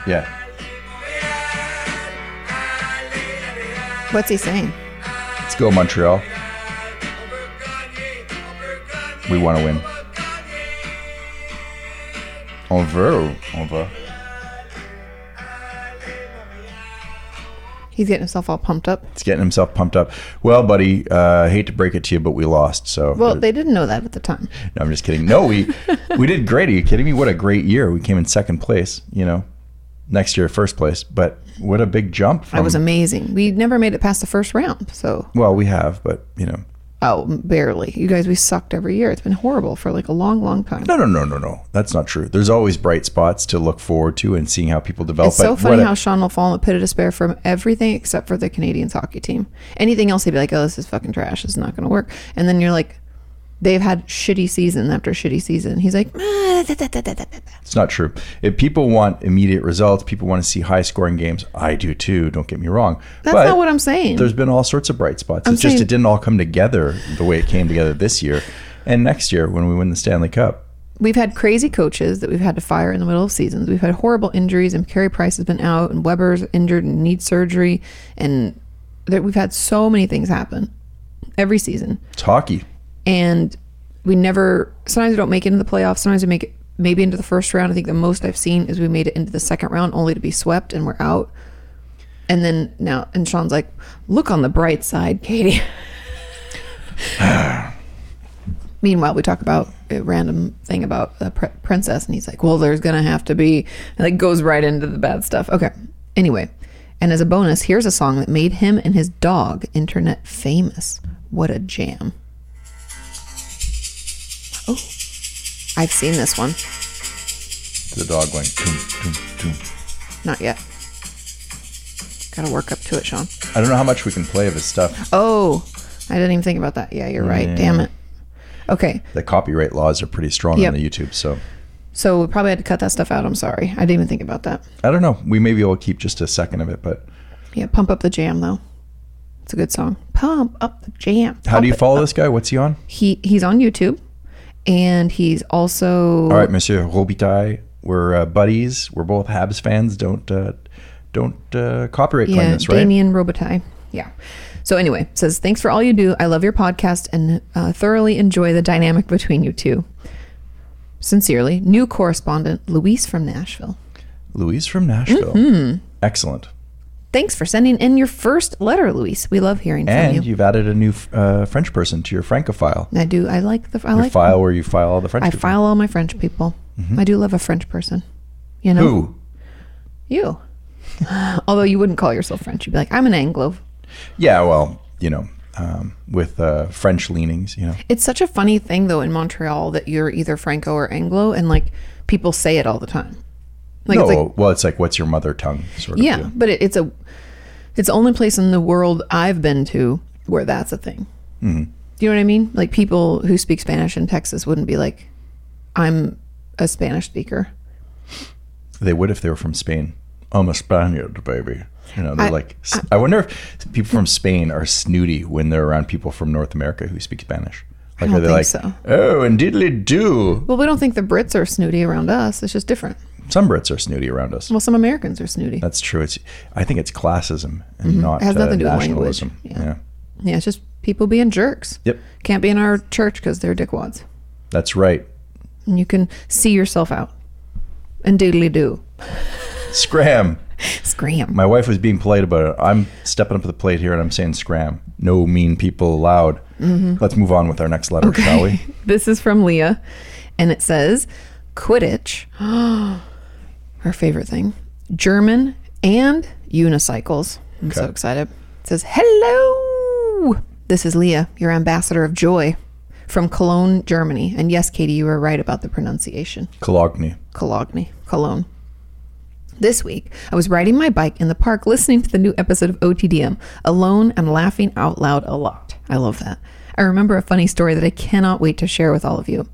S2: yeah.
S1: What's he saying?
S2: Let's go, Montreal. We want to win. On veut, on veut.
S1: He's He's getting himself all pumped up.
S2: He's getting himself pumped up. Well, buddy, uh, hate to break it to you, but we lost. So
S1: Well, they didn't know that at the time.
S2: No, I'm just kidding. No, we we did great. Are you kidding me? What a great year. We came in second place, you know. Next year first place. But what a big jump from
S1: That was amazing. We never made it past the first round. So,
S2: well, we have, but you know.
S1: oh, barely. You guys, we sucked every year. It's been horrible for like a long, long time.
S2: No, no, no, no, no. That's not true. There's always bright spots to look forward to and seeing how people develop.
S1: It's so
S2: but what
S1: funny
S2: a-
S1: how Sean will fall in a pit of despair from everything except for the Canadians hockey team. Anything else, he'd be like, "Oh, this is fucking trash. It's not going to work." And then you're like, "They've had shitty season after shitty season." He's like, "Ah, da, da, da, da, da, da."
S2: It's not true. If people want immediate results, people want to see high scoring games. I do too. Don't get me wrong.
S1: "That's not what I'm saying."
S2: There's been all sorts of bright spots. it's just
S1: saying-
S2: it didn't all come together the way it came together this year and next year when we win the Stanley Cup.
S1: We've had crazy coaches that we've had to fire in the middle of seasons. We've had horrible injuries, and Carey Price has been out, and Weber's injured and needs surgery, and that we've had so many things happen every season.
S2: It's hockey.
S1: and we never sometimes we don't make it into the playoffs sometimes we make it maybe into the first round i think the most i've seen is we made it into the second round only to be swept and we're out and then now and sean's like look on the bright side katie *laughs* meanwhile we talk about a random thing about the pr- princess and he's like well there's gonna have to be and like goes right into the bad stuff okay anyway and as a bonus here's a song that made him and his dog internet famous what a jam I've seen this one.
S2: The dog going. "Toom, toom, toom."
S1: Not yet. Gotta work up to it, Sean.
S2: I don't know how much we can play of his stuff.
S1: Oh, I didn't even think about that. Yeah, you're right. Damn it. Okay,
S2: The copyright laws are pretty strong
S1: Yep.
S2: on the YouTube, so
S1: so we probably had to cut that stuff out. I'm sorry. I didn't even think about that.
S2: I don't know. We maybe will keep just a second of it, but
S1: Yeah, pump up the jam though. It's a good song. Pump up the jam.
S2: how do
S1: Pump
S2: you
S1: it.
S2: follow this guy? What's he on?
S1: He he's on YouTube, and he's also
S2: All right, Monsieur Robitaille, we're uh, buddies. We're both Habs fans. Don't uh, don't uh, copyright claim
S1: yeah
S2: this, right?
S1: Damien Robitaille. Yeah. So anyway, says thanks for all you do. I love your podcast and uh, thoroughly enjoy the dynamic between you two. Sincerely, new correspondent Luis from Nashville.
S2: Louise from Nashville.
S1: Mm-hmm.
S2: Excellent.
S1: Thanks for sending in your first letter, Luis. We love hearing from
S2: And
S1: you.
S2: you've added a new f- uh, French person to your Francophile.
S1: I do. I like the. I
S2: Your
S1: like.
S2: file where you file all the French
S1: I
S2: people.
S1: file all my French people. I do love a French person. You know
S2: Mm-hmm. Who?
S1: you. *laughs* Although you wouldn't call yourself French, you'd be like, I'm an Anglo.
S2: Yeah, well, you know, um, with uh, French leanings, you know.
S1: It's such a funny thing though in Montreal that you're either Franco or Anglo, and like people say it all the time. Like
S2: no,
S1: it's like
S2: well, it's like what's your mother tongue sort of.
S1: yeah,
S2: deal.
S1: but it, it's a it's the only place in the world I've been to where that's a thing. Do you know what I mean? Like people who speak Spanish in Texas wouldn't be like, I'm a Spanish speaker.
S2: They would if they were from Spain. I'm a Spaniard, baby. You know, they're
S1: I-
S2: like. I, I wonder if people from Spain are snooty when they're around people from North America who speak Spanish. Like,
S1: don't
S2: are they
S1: think so.
S2: like, oh, and diddly do?
S1: Well, we don't think the Brits are snooty around us. It's just different.
S2: Some Brits are snooty around us.
S1: Well, some Americans are snooty.
S2: That's true. It's I think it's classism and not
S1: Mm-hmm. It has
S2: uh,
S1: nothing to do with language.
S2: nationalism.
S1: Yeah.
S2: yeah.
S1: yeah, it's just people being jerks.
S2: Yep.
S1: Can't be in our church because they're dickwads.
S2: That's right.
S1: and you can see yourself out and doodly do
S2: Scram.
S1: scram
S2: My wife was being polite about it. I'm stepping up to the plate here and I'm saying scram. No mean people allowed.
S1: Mm-hmm.
S2: Let's move on with our next letter, shall we?
S1: *laughs* this is from leah and it says
S2: *gasps*
S1: quidditch her favorite thing german and unicycles i'm so
S2: Okay.
S1: excited it says hello this is leah your ambassador of joy from cologne germany and yes katie you were right about the pronunciation
S2: Cologne.
S1: Cologne, Cologne. This week, I was riding my bike in the park listening to the new episode of OTDM, alone and laughing out loud a lot. I love that. I remember a funny story that I cannot wait to share with all of you.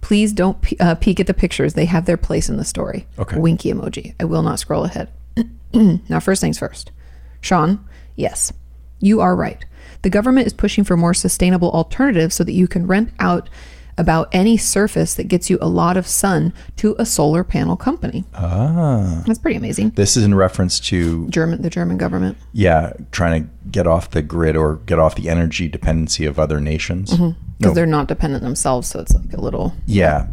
S1: Please don't pe- uh, peek at the pictures, they have their place in the story.
S2: Okay.
S1: Winky emoji. I will not scroll ahead. *clears throat* now, first things first. Sean, yes, you are right. The government is pushing for more sustainable alternatives so that you can rent out about any surface that gets you a lot of sun to a solar panel company. Ah. That's pretty amazing.
S2: This is in reference to
S1: German the German government.
S2: yeah, trying to get off the grid or get off the energy dependency of other nations.
S1: Because Mm-hmm. they're not dependent themselves, so it's like a little
S2: Yeah.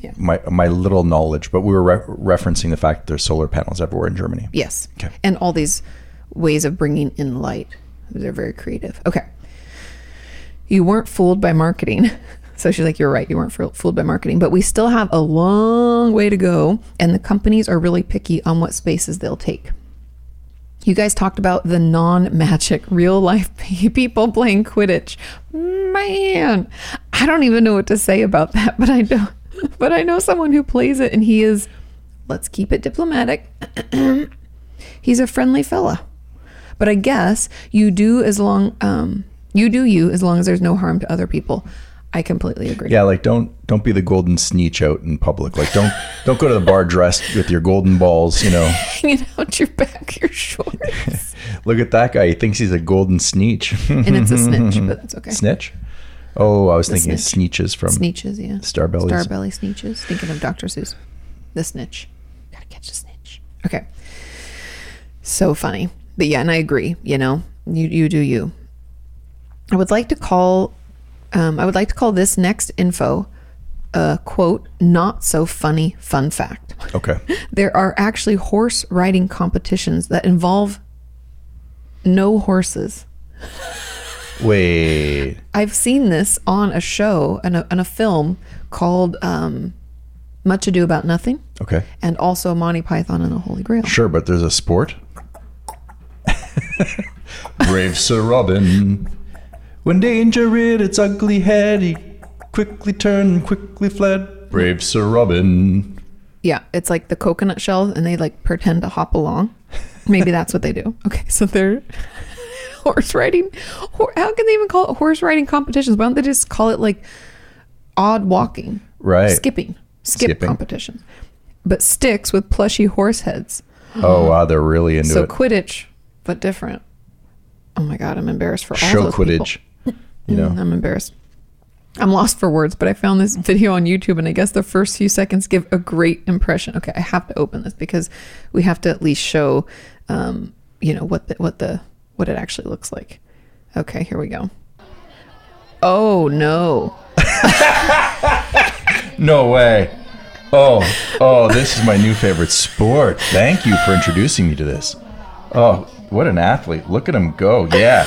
S1: Yeah.
S2: My my little knowledge, but we were re- referencing the fact that there's solar panels everywhere in Germany.
S1: yes.
S2: Okay.
S1: And all these ways of bringing in light. They're very creative. Okay. You weren't fooled by marketing. *laughs* So she's like, You're right. You weren't fool- fooled by marketing, but we still have a long way to go. And the companies are really picky on what spaces they'll take. You guys talked about the non magic real life *laughs* people playing Quidditch. Man, I don't even know what to say about that, but I know *laughs* but I know someone who plays it and he is let's keep it diplomatic. *clears throat* He's a friendly fella. But I guess you do as long um, you do you as long as there's no harm to other people. I completely agree. *laughs*
S2: Yeah, like don't don't be the golden sneech out in public. Like don't don't go to the bar dressed with your golden balls. You know,
S1: Hanging *laughs* out your back, your shorts,
S2: look at that guy. He thinks he's a golden sneech.
S1: and it's a snitch, but that's okay.
S2: Snitch. Oh, I was thinking snitches from
S1: Sneeches, yeah.
S2: Starbellies.
S1: Starbelly sneeches. Thinking of Dr. Seuss. The snitch. Gotta catch the snitch. Okay. So funny. But yeah, and I agree, you know. You you do you. I would like to call um, I would like to call this next info a quote, not so funny fun fact. *laughs*
S2: Okay.
S1: There are actually horse riding competitions that involve no horses.
S2: Wait.
S1: I've seen this on a show and a, and a film called um, Much Ado About Nothing,
S2: Okay.
S1: and also Monty Python and the Holy Grail.
S2: Sure, but there's a sport. *laughs* Brave Sir Robin. When danger rid its ugly head, he quickly turned and quickly fled. Brave Sir Robin.
S1: Yeah, it's like the coconut shell, and they like pretend to hop along. Maybe that's what they do. *laughs* Okay, so they're horse riding. Hor- How can they even call it horse riding competitions? Why don't they just call it like odd walking,
S2: Right.
S1: Skipping, skip
S2: Skipping.
S1: competition, but sticks with plushy horse heads.
S2: Oh, wow, they're really into
S1: So
S2: it.
S1: Quidditch, but different. Oh my god, I'm embarrassed for all
S2: Show
S1: those people. Mm,
S2: Quidditch. You know,
S1: I'm embarrassed. I'm lost for words, but I found this video on YouTube, and I guess the first few seconds give a great impression. Okay, I have to open this because we have to at least show, um, you know, what the what the what it actually looks like. Okay, here we go. Oh no!
S2: No way. Oh, oh, this is my new favorite sport. Thank you for introducing me to this. Oh, what an athlete. Look at him go. Yeah.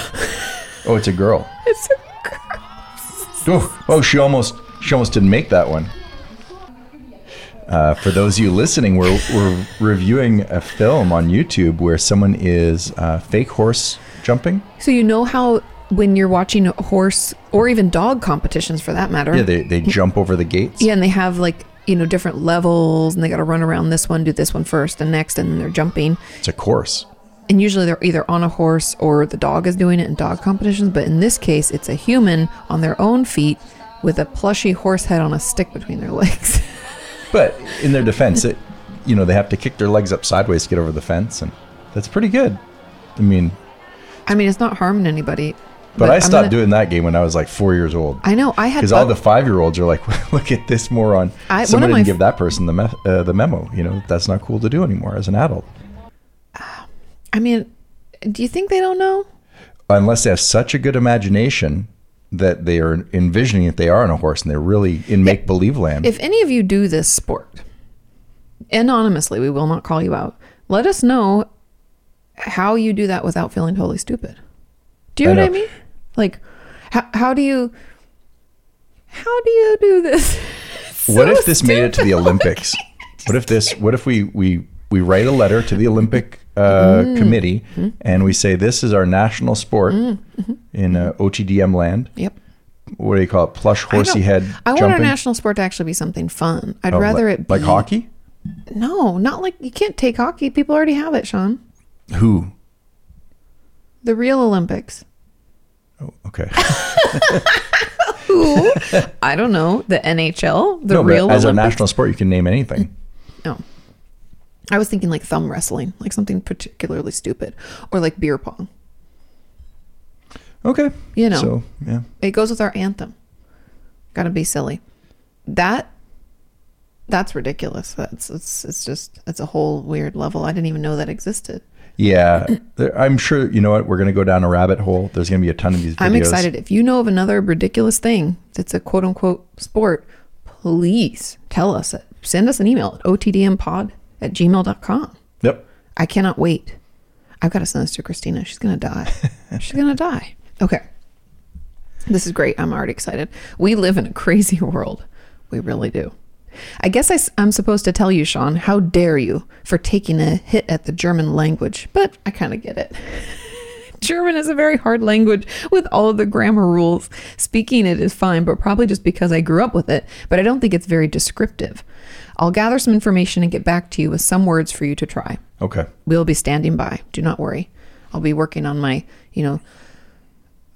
S2: Oh, it's a girl.
S1: It's a girl.
S2: Oh, oh she almost she almost didn't make that one. Uh, for those of you listening, we're, we're reviewing a film on YouTube where someone is uh, fake horse jumping.
S1: So you know how when you're watching a horse or even dog competitions for that matter,
S2: Yeah, they, they jump over the gates.
S1: Yeah, and they have like you know different levels, and they got to run around this one, do this one first, and next, and then they're jumping.
S2: It's a course.
S1: And usually they're either on a horse or the dog is doing it in dog competitions. But in this case, it's a human on their own feet with a plushy horse head on a stick between their *laughs* legs.
S2: But in their defense, it, you know, they have to kick their legs up sideways to get over the fence, and that's pretty good. I mean,
S1: I mean, it's not harming anybody.
S2: but, I
S1: I'm
S2: stopped
S1: gonna-
S2: doing that game when I was like four years old.
S1: I know I had
S2: Because all the
S1: bug-
S2: five-year-olds are like, *laughs* "Look at this moron!
S1: I- one of
S2: Someone
S1: my
S2: didn't
S1: f-
S2: give that person the me- uh, the memo. You know that's not cool to do anymore as an adult,
S1: I mean, do you think they don't know?
S2: unless they have such a good imagination that they are envisioning that they are on a horse and they're really in make-believe land.
S1: If any of you do this sport, anonymously, we will not call you out. Let us know how you do that without feeling totally stupid. Do you
S2: I
S1: know, what I
S2: know.
S1: mean? Like, how, how do you how do you do this? *laughs*
S2: *laughs* what if this made it to the Olympics? what if this? What if we we we write a letter to the Olympic uh,
S1: Mm.
S2: committee
S1: Mm-hmm.
S2: and we say this is our national sport in uh, OTDM land?
S1: Yep.
S2: What do you call it? Plush
S1: I
S2: horsey
S1: don't-
S2: head
S1: I want
S2: jumping.
S1: our national sport to actually be something fun. I'd
S2: Oh,
S1: rather
S2: like,
S1: it be
S2: like hockey.
S1: No, not like you can't take hockey. People already have it, Sean.
S2: Who?
S1: The real Olympics.
S2: Oh, okay.
S1: Who? I don't know. The NHL. The
S2: no,
S1: *laughs*
S2: but as
S1: real
S2: a
S1: Olympics.
S2: national sport, you can name anything.
S1: No. I was thinking like thumb wrestling, like something particularly stupid, or like beer pong.
S2: Okay.
S1: You know.
S2: So yeah.
S1: It goes with our anthem. Gotta be silly. That that's ridiculous. That's it's it's just it's a whole weird level. I didn't even know that existed.
S2: Yeah, there, I'm sure you know what. We're going to go down a rabbit hole. There's going to be a ton of these videos.
S1: I'm excited. If you know of another ridiculous thing that's a quote unquote sport, please tell us it. Send us an email at otdmpod at gmail.com.
S2: Yep.
S1: I cannot wait. I've got to send this to Christina. She's going to die. She's going to die. Okay. This is great. I'm already excited. We live in a crazy *laughs* world. We really do. I guess I, am supposed to tell you, Sean, how dare you for taking a hit at the German language, but I kind of get it. *laughs* German is a very hard language with all of the grammar rules. Speaking it is fine, but probably just because I grew up with it, but I don't think it's very descriptive. I'll gather some information and get back to you with some words for you to try.
S2: Okay.
S1: We'll be standing by. Do not worry. I'll be working on my, you know,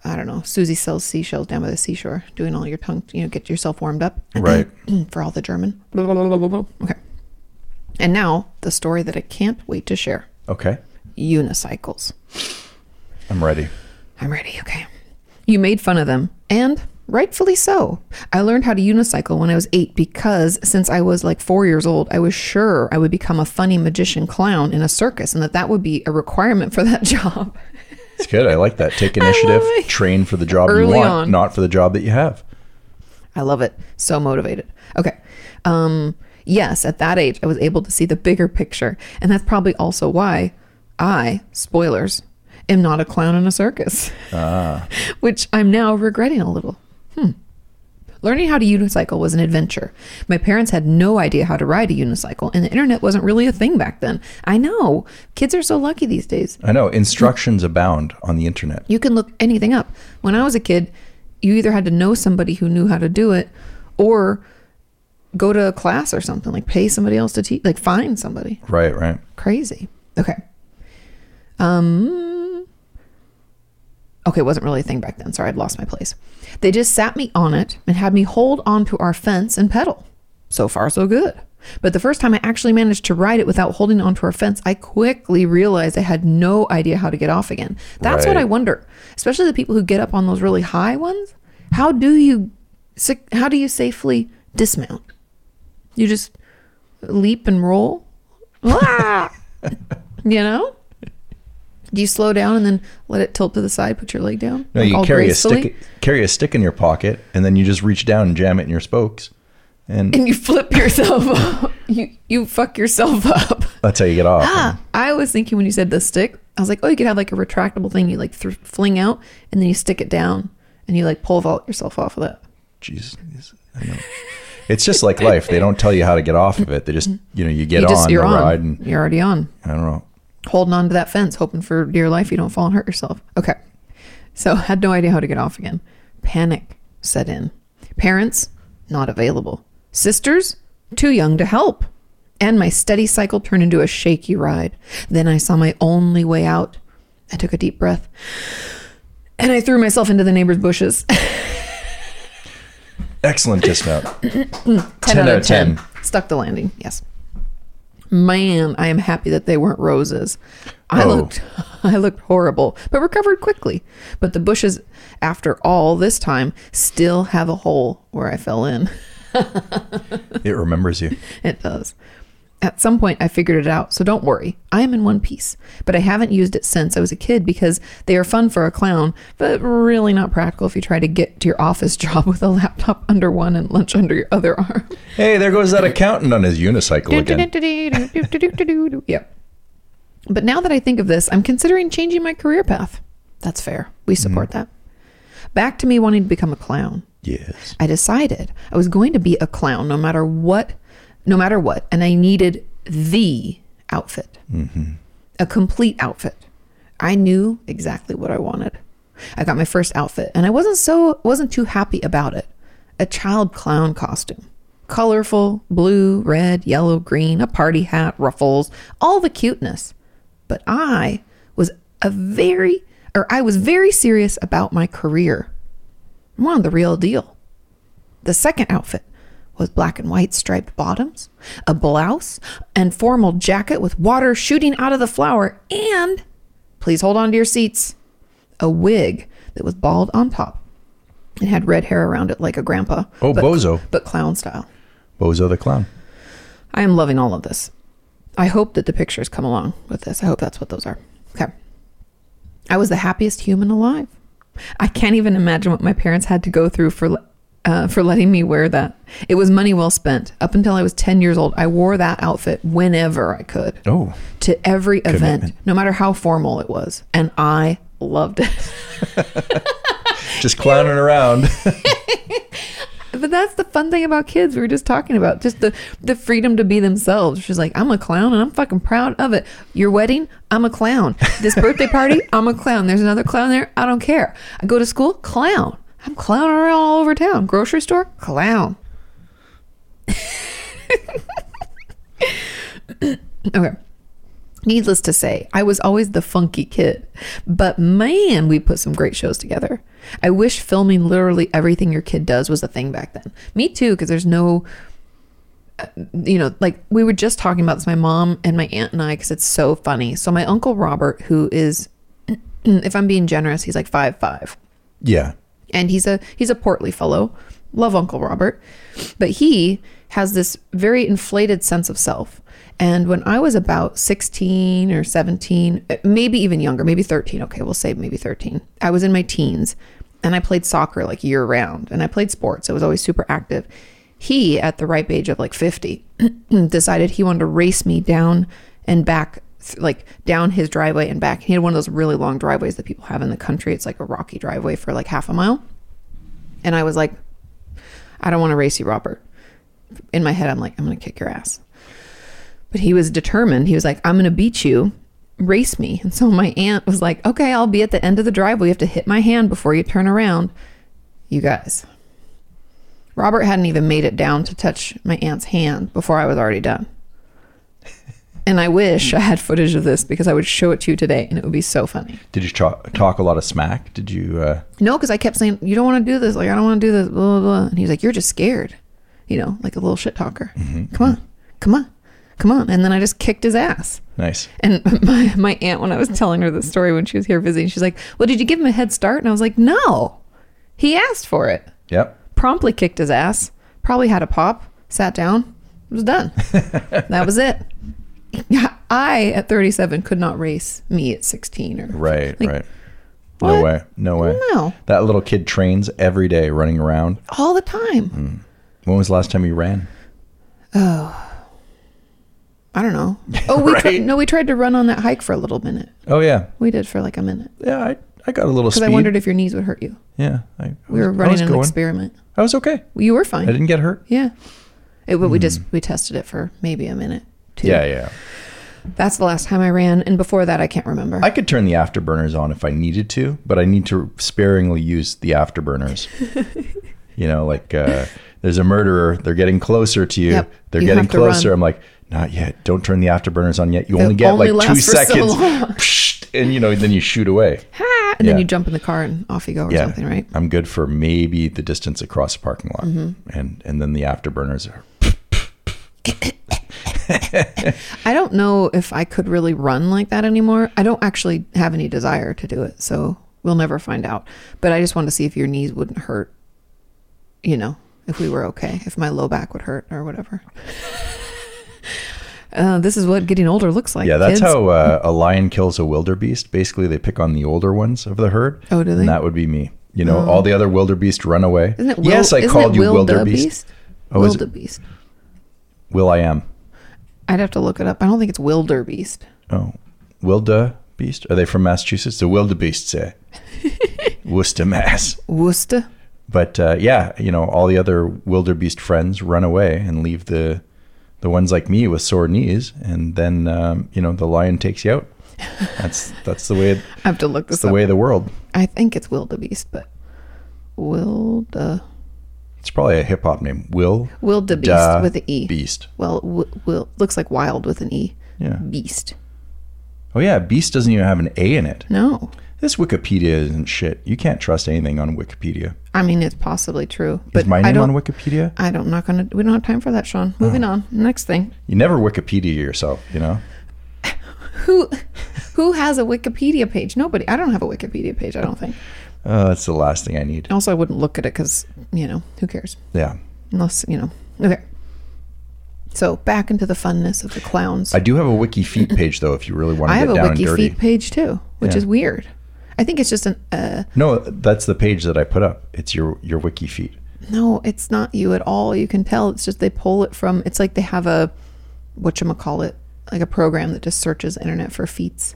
S1: I don't know. Susie sells seashells down by the seashore, doing all your tongue, you know, get yourself warmed up. *clears throat*
S2: Right.
S1: for all the German. Blah, blah, blah, blah, blah. Okay. And now the story that I can't wait to share
S2: Okay.
S1: unicycles.
S2: I'm ready.
S1: I'm ready. Okay. You made fun of them, and rightfully so. I learned how to unicycle when I was eight because since I was like four years old, I was sure I would become a funny magician clown in a circus and that that would be a requirement for that *laughs* job.
S2: It's good. I like that.
S1: *laughs*
S2: Take initiative.
S1: it.
S2: Train for the job you
S1: Early
S2: want,
S1: on.
S2: not for the job that you have.
S1: I love it. So motivated. Okay. Um, yes, at that age, I was able to see the bigger picture. And that's probably also why I, spoilers, am not a clown in a circus, *laughs* which I'm now regretting a little. Hmm. Learning how to unicycle was an adventure. My parents had no idea how to ride a unicycle, and the internet wasn't really a thing back then. I know. Kids are so lucky these days.
S2: I know. Instructions abound on the internet.
S1: You can look anything up. When I was a kid, you either had to know somebody who knew how to do it or go to a class or something, like pay somebody else to teach, like find somebody.
S2: Right, right.
S1: Crazy. Okay. Um Okay, it wasn't really a thing back then. Sorry, I'd lost my place. They just sat me on it and had me hold onto our fence and pedal. So far, so good. But the first time I actually managed to ride it without holding onto our fence, I quickly realized I had no idea how to get off again. That's what
S2: Right.
S1: I wonder, especially the people who get up on those really high ones. How do you, sa- how do you safely dismount? You just leap and roll. Ah! *laughs* you know? Do you slow down and then let it tilt to the side, put your leg down?
S2: No,
S1: Like,
S2: you
S1: all
S2: carry
S1: gracefully?
S2: a stick carry a stick in your pocket and then you just reach down and jam it in your spokes. And
S1: And you flip yourself up. *laughs* You you fuck yourself
S2: *laughs*
S1: up.
S2: that's how you get off.
S1: Ah, I was thinking when you said the stick, I was like, oh, you could have like a retractable thing you like thr fling out and then you stick it down and you like pole vault yourself off of that.
S2: Jeez. I know. It's just like life. They don't tell you how to get off of it. They just, you know, you get
S1: You just
S2: on
S1: you're
S2: the
S1: on.
S2: ride and
S1: you're already on.
S2: I don't know.
S1: holding on to that fence, hoping for dear life you don't fall and hurt yourself. Okay. So *laughs* had no idea how to get off again. Panic set in. Parents not available. Sisters too young to help. And my steady cycle turned into a shaky ride. Then I saw my only way out. I took a deep breath and I threw myself into the neighbor's bushes. *laughs*
S2: Excellent dismount.
S1: 10,
S2: out
S1: out
S2: of
S1: of 10.
S2: 10.
S1: Stuck the landing. Yes. Man, I am happy that they weren't roses. I
S2: Oh.
S1: looked *laughs* I looked horrible, but recovered quickly. But the bushes after all this time still have a hole where I fell in. *laughs*
S2: It remembers you.
S1: It does. At some point, I figured it out, so don't worry. I am in one piece, but I haven't used it since I was a kid because they are fun for a clown, but really not practical if you try to get to your office *laughs* job with a laptop under one and lunch under your other arm.
S2: Hey, there goes that accountant on his unicycle again.
S1: *laughs* yep. But now that I think of this, I'm considering changing my career path. That's fair. We support that. Back to me wanting to become a clown.
S2: Yes.
S1: I decided I was going to be a clown no matter what, no matter what, and I needed the outfit, a complete outfit. I knew exactly what I wanted. I got my first outfit, and I wasn't so wasn't too happy about it. A child clown costume, colorful, blue, red, yellow, green, a party hat, ruffles, all the cuteness. But I was a very, or I was very serious about my career. I wanted the real deal. The second outfit was black and white striped bottoms, a blouse, and formal jacket with water shooting out of the flower, and please hold on to your seats, a wig that was bald on top and had red hair around it like a grandpa.
S2: Oh, bozo.
S1: But clown style.
S2: Bozo the clown.
S1: I am loving all of this. I hope that the pictures come along with this. I hope that's what those are. Okay. I was the happiest human alive. I can't even imagine what my parents had to go through for uh, for letting me wear that. It was money well spent. Up until I was 10 years old, I wore that outfit whenever I could
S2: Oh.
S1: to every event, no matter how formal it was. And I loved it. *laughs*
S2: Just clowning around.
S1: But that's the fun thing about kids. We were just talking about just the the freedom to be themselves. She's like, I'm a clown and I'm fucking proud of it. Your wedding, I'm a clown. This birthday party, I'm a clown. There's another clown there. I don't care. I go to school, clown. I'm clowning around all over town. Grocery store, clown. *laughs* okay. Needless to say, I was always the funky kid, but man, we put some great shows together. I wish filming literally everything your kid does was a thing back then. Me too, because there's no, uh, you know, like we were just talking about this, my mom and my aunt and I, because it's so funny. So, my uncle Robert, who is, *clears throat* if I'm being generous, he's like five five
S2: yeah.
S1: and he's a he's a portly fellow love uncle robert but he has this very inflated sense of self and when i was about 16 or 17 eh, maybe even younger maybe 13 okay we'll say maybe 13 i was in my teens and i played soccer like year round and i played sports i was always super active he at the ripe age of like 50 *clears throat* decided he wanted to race me down and back th- like down his driveway and back he had one of those really long driveways that people have in the country it's like a rocky driveway for like half a mile and i was like i don't want to race you robert in my head i'm like i'm gonna kick your ass but he was determined he was like i'm gonna beat you race me and so my aunt was like okay i'll be at the end of the driveway you have to hit my hand before you turn around you guys Robert hadn't even made it down to touch my aunt's hand before I was already done. And I wish I had footage of this because I would show it to you today and it would be so funny.
S2: Did you talk, talk a lot of smack? Did you? Uh,
S1: No, because I kept saying, You don't want to do this. Like, I don't want to do this. Blah, blah, blah. And he's like, You're just scared. You know, like a little shit talker. Come on. Come on. Come on. And then I just kicked his ass.
S2: nice.
S1: And *laughs* my, my aunt, when I was telling her this story when she was here visiting, she's like, Well, did you give him a head start? And I was like, No. He asked for it.
S2: Yep.
S1: promptly kicked his ass, probably had a pop, sat down, was done.
S2: *laughs*
S1: that was it. I at 37 could not race me at 16 or
S2: Right.
S1: Like,
S2: right. No
S1: what?
S2: way. No way.
S1: No.
S2: That little kid trains every day, running around.
S1: all the time.
S2: Hmm. When was the last time you ran?
S1: I don't know. Oh,
S2: *laughs*
S1: we
S2: Right.
S1: tried, no, we tried to run on that hike for a little minute.
S2: Oh yeah.
S1: We did for like a minute
S2: Yeah. I, I got a little
S1: because
S2: speed.
S1: I wondered if your knees would hurt you.
S2: yeah. I, I
S1: We were
S2: was- I
S1: running
S2: was
S1: an
S2: going.
S1: experiment.
S2: I was okay.
S1: You were
S2: I
S1: fine.
S2: didn't get hurt.
S1: Yeah. It, but we just we tested it for maybe a minute. Two.
S2: Yeah. Yeah.
S1: That's the last time I ran, and before that I can't remember.
S2: I could turn the afterburners on if I needed to, but I need to sparingly use
S1: *laughs*
S2: the afterburners. you know, like uh, there's a murderer, they're getting closer to you,
S1: Yep.
S2: they're
S1: You
S2: getting
S1: have to run.
S2: closer. I'm like, not yet. Don't turn the afterburners on yet. You
S1: They
S2: only get
S1: only
S2: like
S1: last
S2: two
S1: for so
S2: seconds, *laughs*
S1: long.
S2: Psht, and you know, then you shoot away.
S1: Ah, and then
S2: Yeah.
S1: you jump in the car and off you go or
S2: Yeah,
S1: something, right?
S2: I'm good for maybe the distance across a parking lot,
S1: Mm-hmm.
S2: and and then the afterburners are.
S1: I don't know if I could really run like that anymore. I don't actually have any desire to do it, so we'll never find out. But I just wanted to see if your knees wouldn't hurt, you know, if we were okay, if my low back would hurt or whatever. *laughs* uh, this is what getting older looks like.
S2: Yeah, that's
S1: kids.
S2: how uh, a lion kills a wildebeest. Basically, they pick on the older ones of the herd.
S1: Oh, do they? Oh.
S2: And that would be me. You know, all the other wildebeest run away.
S1: Isn't it? Wil-
S2: yes, I
S1: isn't
S2: called
S1: it
S2: you wildebeest.
S1: wildebeest.
S2: Oh, is it-
S1: wildebeest.
S2: Will I am.
S1: I'd have to look it up. I don't think it's wildebeest.
S2: Oh, wildebeest. Are they from Massachusetts? The
S1: *laughs*
S2: wildebeest say Worcester, Mass.
S1: Worcester.
S2: But uh, yeah, you know, all the other wildebeest friends run away and leave the the ones like me with sore knees, and then um, you know the lion takes you out. That's that's
S1: *laughs*
S2: the way.
S1: I have to look
S2: It's
S1: this
S2: the
S1: up.
S2: way of the world.
S1: I think it's wildebeest, but wilde
S2: It's probably a hip hop name. Will
S1: wildebeest
S2: da
S1: with the e.
S2: Beast.
S1: Well, w- will looks like wild with an e.
S2: Yeah.
S1: Beast.
S2: Oh yeah, Beast doesn't even have an A in it.
S1: No,
S2: This Wikipedia isn't shit. You can't trust anything on Wikipedia.
S1: I mean it's possibly true, but
S2: Is my
S1: I
S2: name
S1: don't.
S2: on Wikipedia?
S1: I don't. Not gonna. We don't have time for that, Sean. Moving on. Next thing.
S2: You never Wikipedia yourself, you know?
S1: Who, who has a Wikipedia page? Nobody. I don't have a Wikipedia page. I don't think.
S2: Oh, that's the last thing I need.
S1: Also, I wouldn't look at it because you know who cares
S2: Yeah.
S1: unless you know. Okay. So back into the funness of the clowns.
S2: I do have a Wiki feet page though, if you really want
S1: I
S2: to
S1: have
S2: get
S1: a
S2: down and
S1: Wiki
S2: dirty.
S1: feet page too, which
S2: Yeah.
S1: is weird. I think it's just an. Uh,
S2: No, that's the page that I put up. It's your your Wiki feet.
S1: No, it's not you at all. You can tell. It's just they pull it from. It's like they have a whatchamacallit, like a program that just searches the internet for feats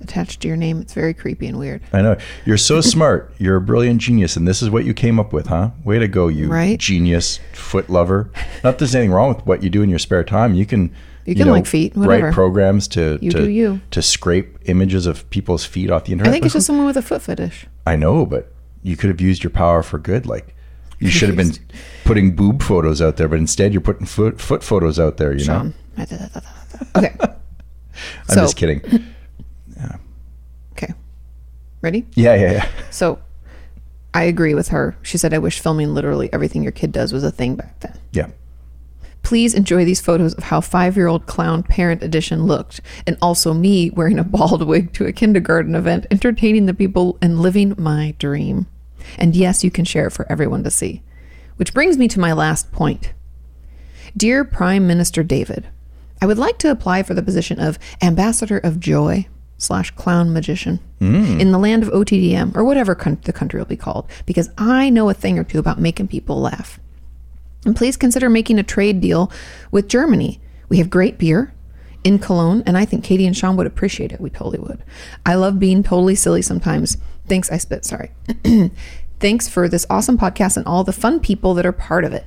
S1: attached to your name. It's very creepy and weird.
S2: I know. You're so smart. You're a brilliant genius, and this is what you came up with, huh? Way to go, you
S1: Right?
S2: genius foot lover. Not that there's anything wrong with what you do in your spare time. You can you,
S1: can like feet, whatever.
S2: write programs to
S1: You
S2: to,
S1: do you.
S2: to scrape images of people's feet off the internet.
S1: I think
S2: But
S1: it's
S2: who-
S1: just someone with a foot fetish.
S2: I know, but you could have used your power for good. Like you should have been putting boob photos out there, but instead you're putting foot foot photos out there. You know,
S1: Um, okay.
S2: I'm
S1: so-
S2: just kidding. *laughs*
S1: Okay. Ready?
S2: Yeah, yeah, yeah.
S1: So I agree with her. She said, I wish filming literally everything your kid does was a thing back then.
S2: Yeah.
S1: Please enjoy these photos of how five year old clown parent edition looked, and also me wearing a bald wig to a kindergarten event, entertaining the people and living my dream. And yes, you can share it for everyone to see. Which brings me to my last point. Dear Prime Minister David, I would like to apply for the position of Ambassador of Joy slash clown magician in the land of OTDM or whatever con- the country will be called because I know a thing or two about making people laugh. And please consider making a trade deal with Germany. We have great beer in Cologne, and I think Katie and Sean would appreciate it. We totally would. I love being totally silly sometimes. Thanks, I spit. Sorry. *clears throat* Thanks for this awesome podcast and all the fun people that are part of it.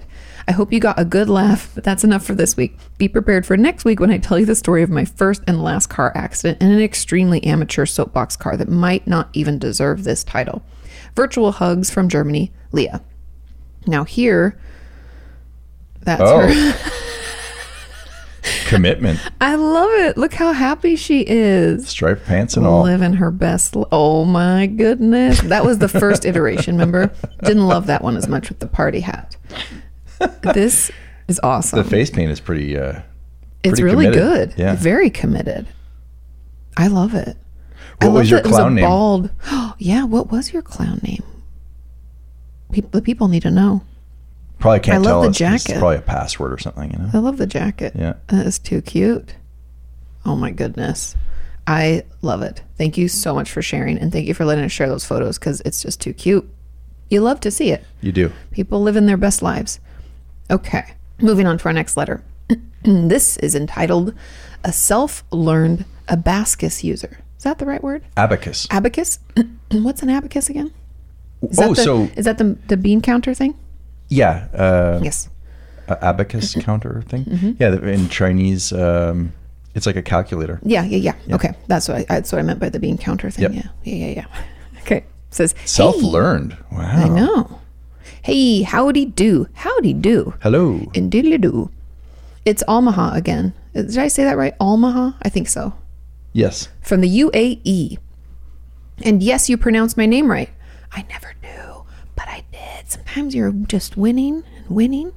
S1: I hope you got a good laugh, but that's enough for this week. Be prepared for next week when I tell you the story of my first and last car accident in an extremely amateur soapbox car that might not even deserve this title. Virtual hugs from Germany, Leah. Now, here, that's her. *laughs*
S2: Oh. Commitment,
S1: I love it. Look how happy she is.
S2: striped pants and all.
S1: Living her best. L- oh my goodness. That was the first iteration, remember? Didn't love that one as much with the party hat.
S2: *laughs*
S1: This is awesome.
S2: The face paint is pretty. Uh,
S1: it's
S2: pretty
S1: really
S2: committed.
S1: good.
S2: Yeah.
S1: Very committed. I love it. I
S2: What was
S1: love
S2: your
S1: that
S2: clown name?
S1: Bald. *gasps* yeah, what was your clown name? Peop the people need to know.
S2: probably can't
S1: I love
S2: tell.
S1: the
S2: us.
S1: jacket.
S2: It's probably a password or something. You know.
S1: I love the jacket.
S2: Yeah.
S1: That is too cute. Oh my goodness. I love it. Thank you so much for sharing and thank you for letting us share those photos because it's just too cute. You love to see it.
S2: You do.
S1: People living their best lives. Okay. Moving on to our next letter. *clears throat* this is entitled A Self Learned Abacus User. Is that the right word?
S2: Abacus.
S1: Abacus? *clears throat* What's an abacus again? Is that
S2: oh,
S1: the,
S2: so
S1: is that the, the bean counter thing?
S2: yeah, uh,
S1: Yes.
S2: a
S1: *laughs*
S2: abacus counter thing.
S1: Mm-hmm.
S2: Yeah, the- in Chinese, um, it's like a calculator.
S1: Yeah, yeah, yeah. Okay, that's what I, that's what I meant by the bean counter thing.
S2: Yep.
S1: Yeah, yeah, yeah, *laughs* yeah. Okay, says "Hey."
S2: Self-learned. Wow.
S1: I know. Hey, howdy do, howdy do,
S2: Hello.
S1: and diddly do. It's Omaha again. Did I say that right? Omaha, I think so.
S2: Yes.
S1: From the UAE. And yes, you pronounced my name right. I never do, but I did. Sometimes you're just winning and winning.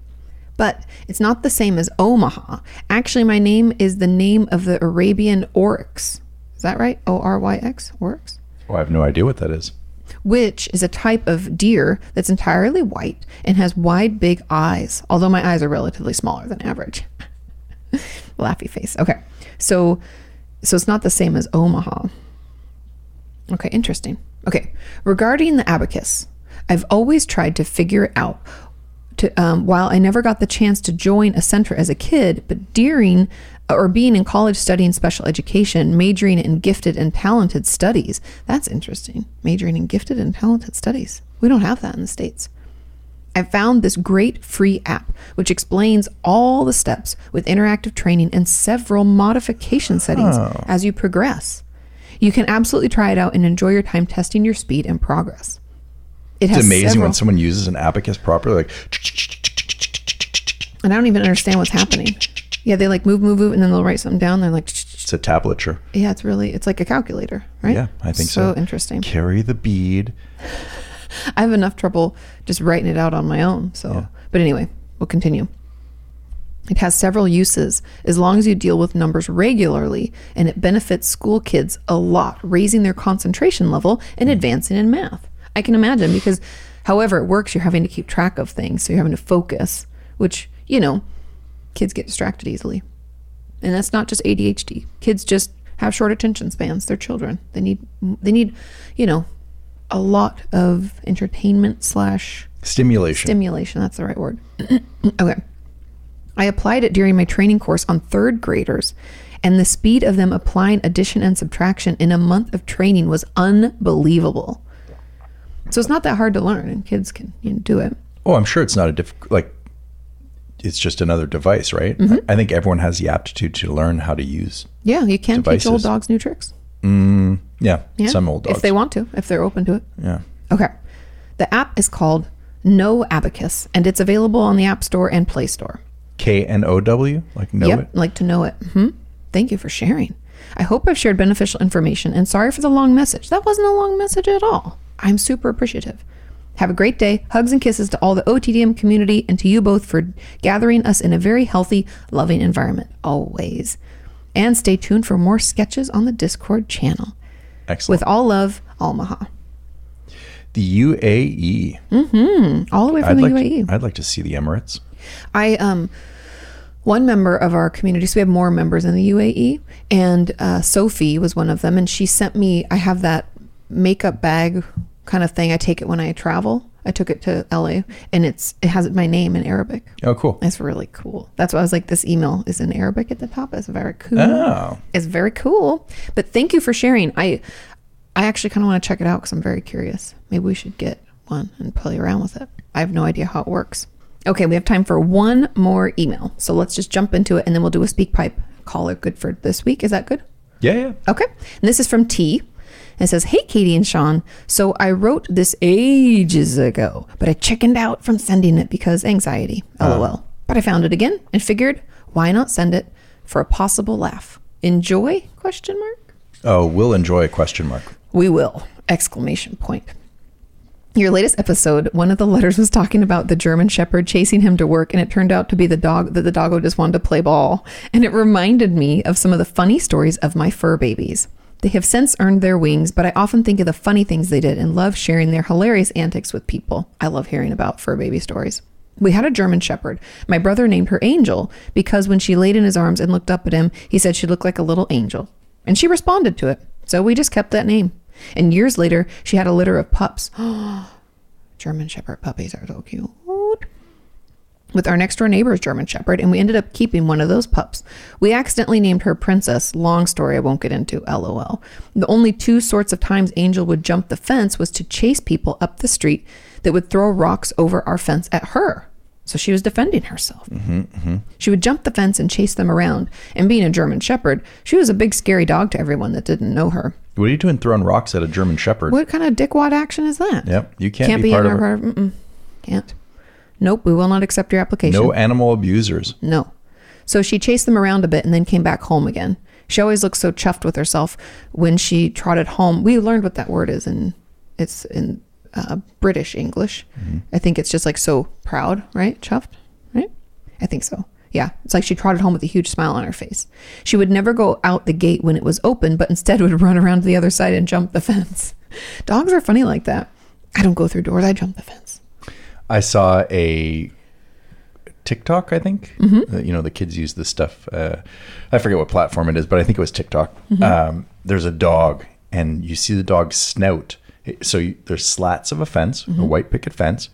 S1: But it's not the same as Omaha. Actually, my name is the name of the Arabian oryx. Is that right? O R Y X? Oryx?
S2: Oh, I have no idea what that is.
S1: which is a type of deer that's entirely white and has wide, big eyes, although my eyes are relatively smaller than average. *laughs* Laughy face. Okay. So so it's not the same as Omaha. Okay, interesting. Okay. Regarding the abacus, I've always tried to figure it out. To, um, while I never got the chance to join a center as a kid, but during uh, or being in college studying special education, majoring in gifted and talented studies. That's interesting. Majoring in gifted and talented studies. We don't have that in the States. I found this great free app which explains all the steps with interactive training and several modification settings
S2: Oh.
S1: as you progress. You can absolutely try it out and enjoy your time testing your speed and progress. It has
S2: It's amazing
S1: several,
S2: when someone uses an abacus properly. Like,
S1: and I don't even understand what's happening. Yeah, they like move, move, move, and then they'll write something down. They're like,
S2: it's a tablature.
S1: yeah, it's really, it's like a calculator, right?
S2: Yeah, I think so.
S1: So interesting.
S2: Carry the bead.
S1: *laughs* I have enough trouble just writing it out on my own. So, but anyway, we'll continue. It has several uses as long as you deal with numbers regularly, and it benefits school kids a lot, raising their concentration level and advancing in math. I can imagine because, however, it works, you're having to keep track of things, so you're having to focus, which, you know, kids get distracted easily. And that's not just ADHD. Kids just have short attention spans. They're children. They need, they need, you know, a lot of entertainment slash
S2: Stimulation.
S1: Stimulation, that's the right word. *clears throat* okay. I applied it during my training course on third graders, and the speed of them applying addition and subtraction in a month of training was unbelievable. So it's not that hard to learn, and kids can you know, do it.
S2: oh, I'm sure it's not a diff- like. It's just another device, right?
S1: Mm-hmm.
S2: I think everyone has the aptitude to learn how to use.
S1: Yeah, you can
S2: Devices.
S1: teach old dogs new tricks.
S2: Yeah,
S1: Yeah,
S2: some old dogs.
S1: if they want to, if they're open to it.
S2: yeah.
S1: Okay. The app is called No Abacus, and it's available on the App Store and Play Store.
S2: K N O W, like know
S1: Yep,
S2: it.
S1: like to know it. Hmm? Thank you for sharing. I hope I've shared beneficial information and sorry for the long message. That wasn't a long message at all. I'm super appreciative. Have a great day. Hugs and kisses to all the OTDM community and to you both for gathering us in a very healthy, loving environment. Always. And stay tuned for more sketches on the Discord channel.
S2: Excellent.
S1: With all love, Almaha.
S2: the UAE.
S1: All the way from
S2: I'd
S1: the E.
S2: like
S1: UAE.
S2: To, I'd like to see the Emirates.
S1: I um one member of our community so we have more members in the UAE and uh, Sophie was one of them and she sent me I have that makeup bag kind of thing I take it when I travel I took it to LA and it's it has my name in Arabic
S2: Oh, cool.
S1: it's really cool that's why I was like this email is in Arabic at the top it's very cool
S2: Oh,
S1: it's very cool but thank you for sharing I I actually kind of want to check it out because I'm very curious maybe we should get one and play around with it I have no idea how it works okay we have time for one more email so let's just jump into it and then we'll do a speak pipe caller good for this week is that good
S2: yeah, yeah.
S1: Okay. And this is from T. And it says, Hey, Katie and Sean. So I wrote this ages ago, but I chickened out from sending it because anxiety. LOL. But I found it again and figured, why not send it for a possible laugh? Enjoy? Question mark.
S2: Oh, we'll enjoy a question mark.
S1: We will! Exclamation point. Your latest episode, one of the letters was talking about the German Shepherd chasing him to work, and it turned out to be the dog that the doggo just wanted to play ball. And it reminded me of some of the funny stories of my fur babies. They have since earned their wings, but I often think of the funny things they did and love sharing their hilarious antics with people. I love hearing about fur baby stories. We had a German Shepherd. My brother named her Angel because when she laid in his arms and looked up at him, he said she looked like a little angel. And she responded to it. So we just kept that name. And years later, she had a litter of pups. German Shepherd puppies are so cute. With our next door neighbor's German Shepherd, and we ended up keeping one of those pups. We accidentally named her Princess. Long story I won't get into, lol. The only two sorts of times Angel would jump the fence was to chase people up the street that would throw rocks over our fence at her. So she was defending herself. She would jump the fence and chase them around. And being a German Shepherd, she was a big scary dog to everyone that didn't know her.
S2: What are you doing throwing rocks at a German Shepherd?
S1: What kind of dickwad action is that?
S2: Yep. You can't,
S1: can't
S2: be,
S1: be,
S2: part
S1: in
S2: of
S1: our
S2: it.
S1: part. Mm-mm. Can't. Nope, we will not accept your application.
S2: No animal abusers.
S1: No. So she chased them around a bit and then came back home again. She always looked so chuffed with herself when she trotted home. We learned what that word is, and it's in uh, British English.
S2: Mm-hmm.
S1: I think it's just like so proud, right? Chuffed, right? I think so. Yeah, it's like she trotted home with a huge smile on her face. She would never go out the gate when it was open, but instead would run around to the other side and jump the *laughs* fence. Dogs are funny like that. I don't go through doors, I jump the fence.
S2: I saw a TikTok, I think.
S1: Mm-hmm.
S2: Uh, you know, the kids use this stuff. Uh, I forget what platform it is, but I think it was TikTok.
S1: Mm-hmm.
S2: Um, there's a dog, and you see the dog's snout. It- So you, there's slats of a fence,
S1: Mm-hmm.
S2: a white picket fence,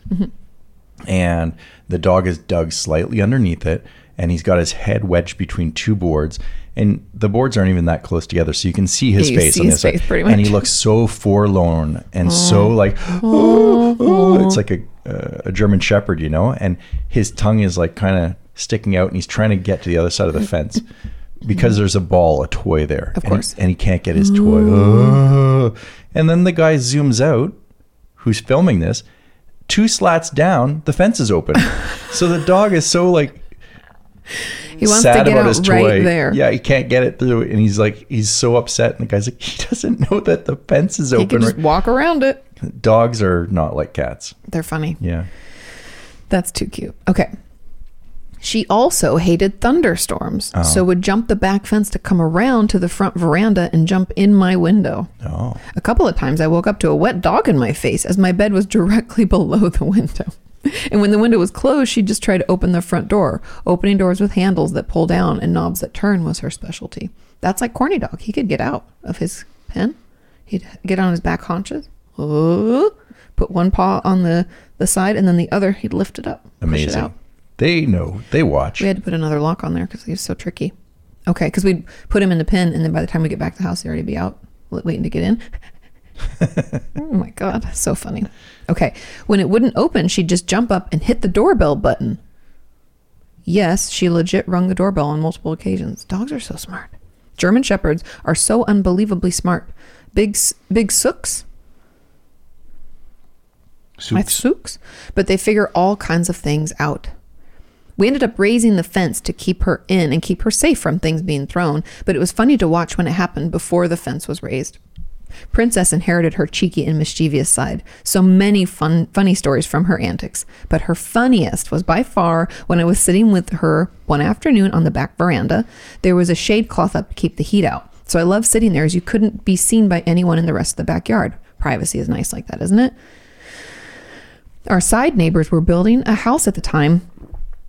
S2: and the dog is dug slightly underneath it, and he's got his head wedged between two boards. And the boards aren't even that close together, so you can see his
S1: Yeah, you
S2: face
S1: see
S2: on the
S1: his
S2: other
S1: face
S2: side.
S1: pretty
S2: And he
S1: much.
S2: looks so forlorn and so
S1: Mm.
S2: like, *gasps* "Oh, oh,"
S1: Mm-hmm.
S2: it's like a, uh, a German Shepherd, you know, and his tongue is like kind of sticking out and he's trying to get to the other side of the
S1: *laughs*
S2: fence because there's a ball, a toy there. Of
S1: course. Mm.
S2: And he, can't get his toy. Oh. And then the guy zooms out who's filming this. Two slats down, the fence
S1: *laughs*
S2: is open. so the dog is so like
S1: He wants
S2: sad
S1: to get
S2: about his
S1: out right
S2: toy.
S1: there.
S2: Yeah, he can't get it through, and he's like, he's so upset. And the guy's like, *laughs* he doesn't know that the fence is
S1: he can
S2: open.
S1: just walk around it.
S2: Dogs are not like cats.
S1: They're funny.
S2: Yeah.
S1: That's too cute. Okay. She also hated thunderstorms, so would jump the back fence to come around to the front veranda and jump in my window.
S2: Oh,
S1: A couple of times I woke up to a wet dog in my face as my bed was *laughs* directly below the window. And when the window was closed, she'd just try to open the front door. Opening doors with handles that pull down and knobs that turn was her specialty. That's like Corny Dog. He could get out of his pen. He'd get on his back haunches, ooh, put one uh, paw on the the side, and then the other he'd lift it up. push it
S2: Amazing.
S1: out.
S2: They know. They watch.
S1: We had to put another lock on there because he was so tricky. Okay, because we'd put him in the pen, and then by the time we get back to the house, he'd already be out li- waiting to get in. oh my god, so funny. Okay, when it wouldn't open, she'd just jump up and hit the doorbell button. Yes, she legit rung the doorbell on multiple occasions. Dogs are so smart. German shepherds are so unbelievably smart. Big s- big sooks, my
S2: Suits.
S1: sooks, but they figure all kinds of things out. We ended up raising the fence to keep her in and keep her safe from things being thrown, but it was funny to watch when it happened before the fence was raised. Princess inherited her cheeky and mischievous side, so many fun, funny stories from her antics. But her funniest was by far when I was sitting with her one afternoon on the back veranda. There was a shade cloth up to keep the heat out, so I loved sitting there as you couldn't be seen by anyone in the rest of the backyard. Privacy is nice like that, isn't it? Our side neighbors were building a house at the time,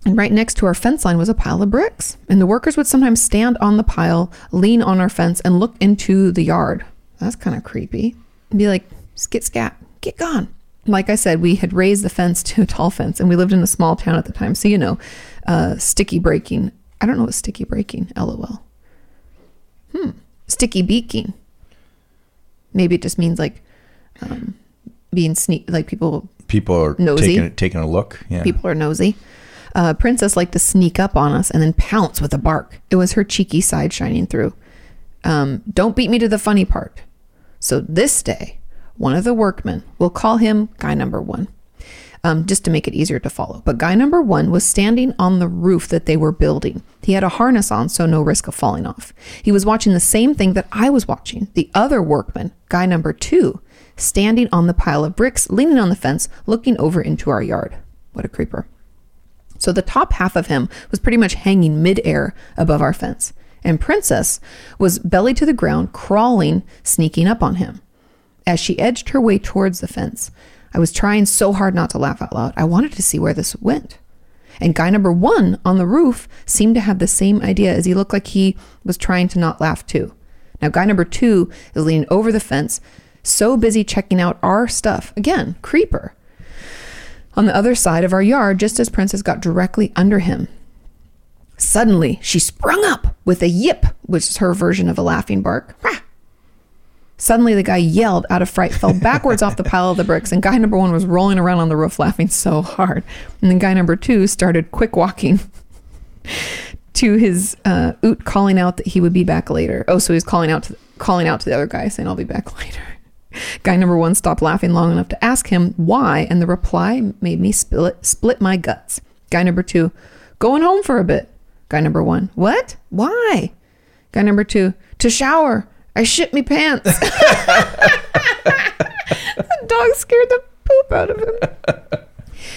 S1: and right next to our fence line was a pile of bricks. And the workers would sometimes stand on the pile, lean on our fence, and look into the yard. That's kind of creepy. And be like, skit scat, get gone. Like I said, we had raised the fence *laughs* to a tall fence, and we lived in a small town at the time. So, you know, uh, sticky breaking. I don't know what sticky breaking, lol. Hmm. Sticky beaking. Maybe it just means like um, being sneak, like people
S2: People are
S1: Nosy.
S2: taking taking a look. Yeah.
S1: People are nosy. Uh, Princess liked to sneak up on us and then pounce with a bark. It was her cheeky side shining through. Um, don't beat me to the funny part. So this day, one of the workmen, we'll call him guy number one, um, just to make it easier to follow. But guy number one was standing on the roof that they were building. He had a harness on, so no risk of falling off. He was watching the same thing that I was watching. The other workman, guy number two, standing on the pile of bricks, leaning on the fence, looking over into our yard. What a creeper. So the top half of him was pretty much hanging midair above our fence. And Princess was belly to the ground, crawling, sneaking up on him. As she edged her way towards the fence, I was trying so hard not to laugh out loud. I wanted to see where this went. And guy number one on the roof seemed to have the same idea as he looked like he was trying to not laugh too. Now, guy number two is leaning over the fence, so busy checking out our stuff. Again, creeper on the other side of our yard just as Princess got directly under him. Suddenly, she sprung up with a yip, which is her version of a laughing bark. Rah! Suddenly, the guy yelled out of fright, fell backwards off the pile of the bricks, and guy number one was rolling around on the roof laughing so hard. And then guy number two started quick walking to his uh, oot, calling out that he would be back later. Oh, so he's calling out to calling out to the other guy, saying, "I'll be back *laughs* later." Guy number one stopped laughing long enough to ask him why, and the reply made me split split my guts. Guy number two, going home for a bit. Guy number one, what? Why? Guy number two, to shower. I shit me pants. the dog scared the poop out of him. *laughs*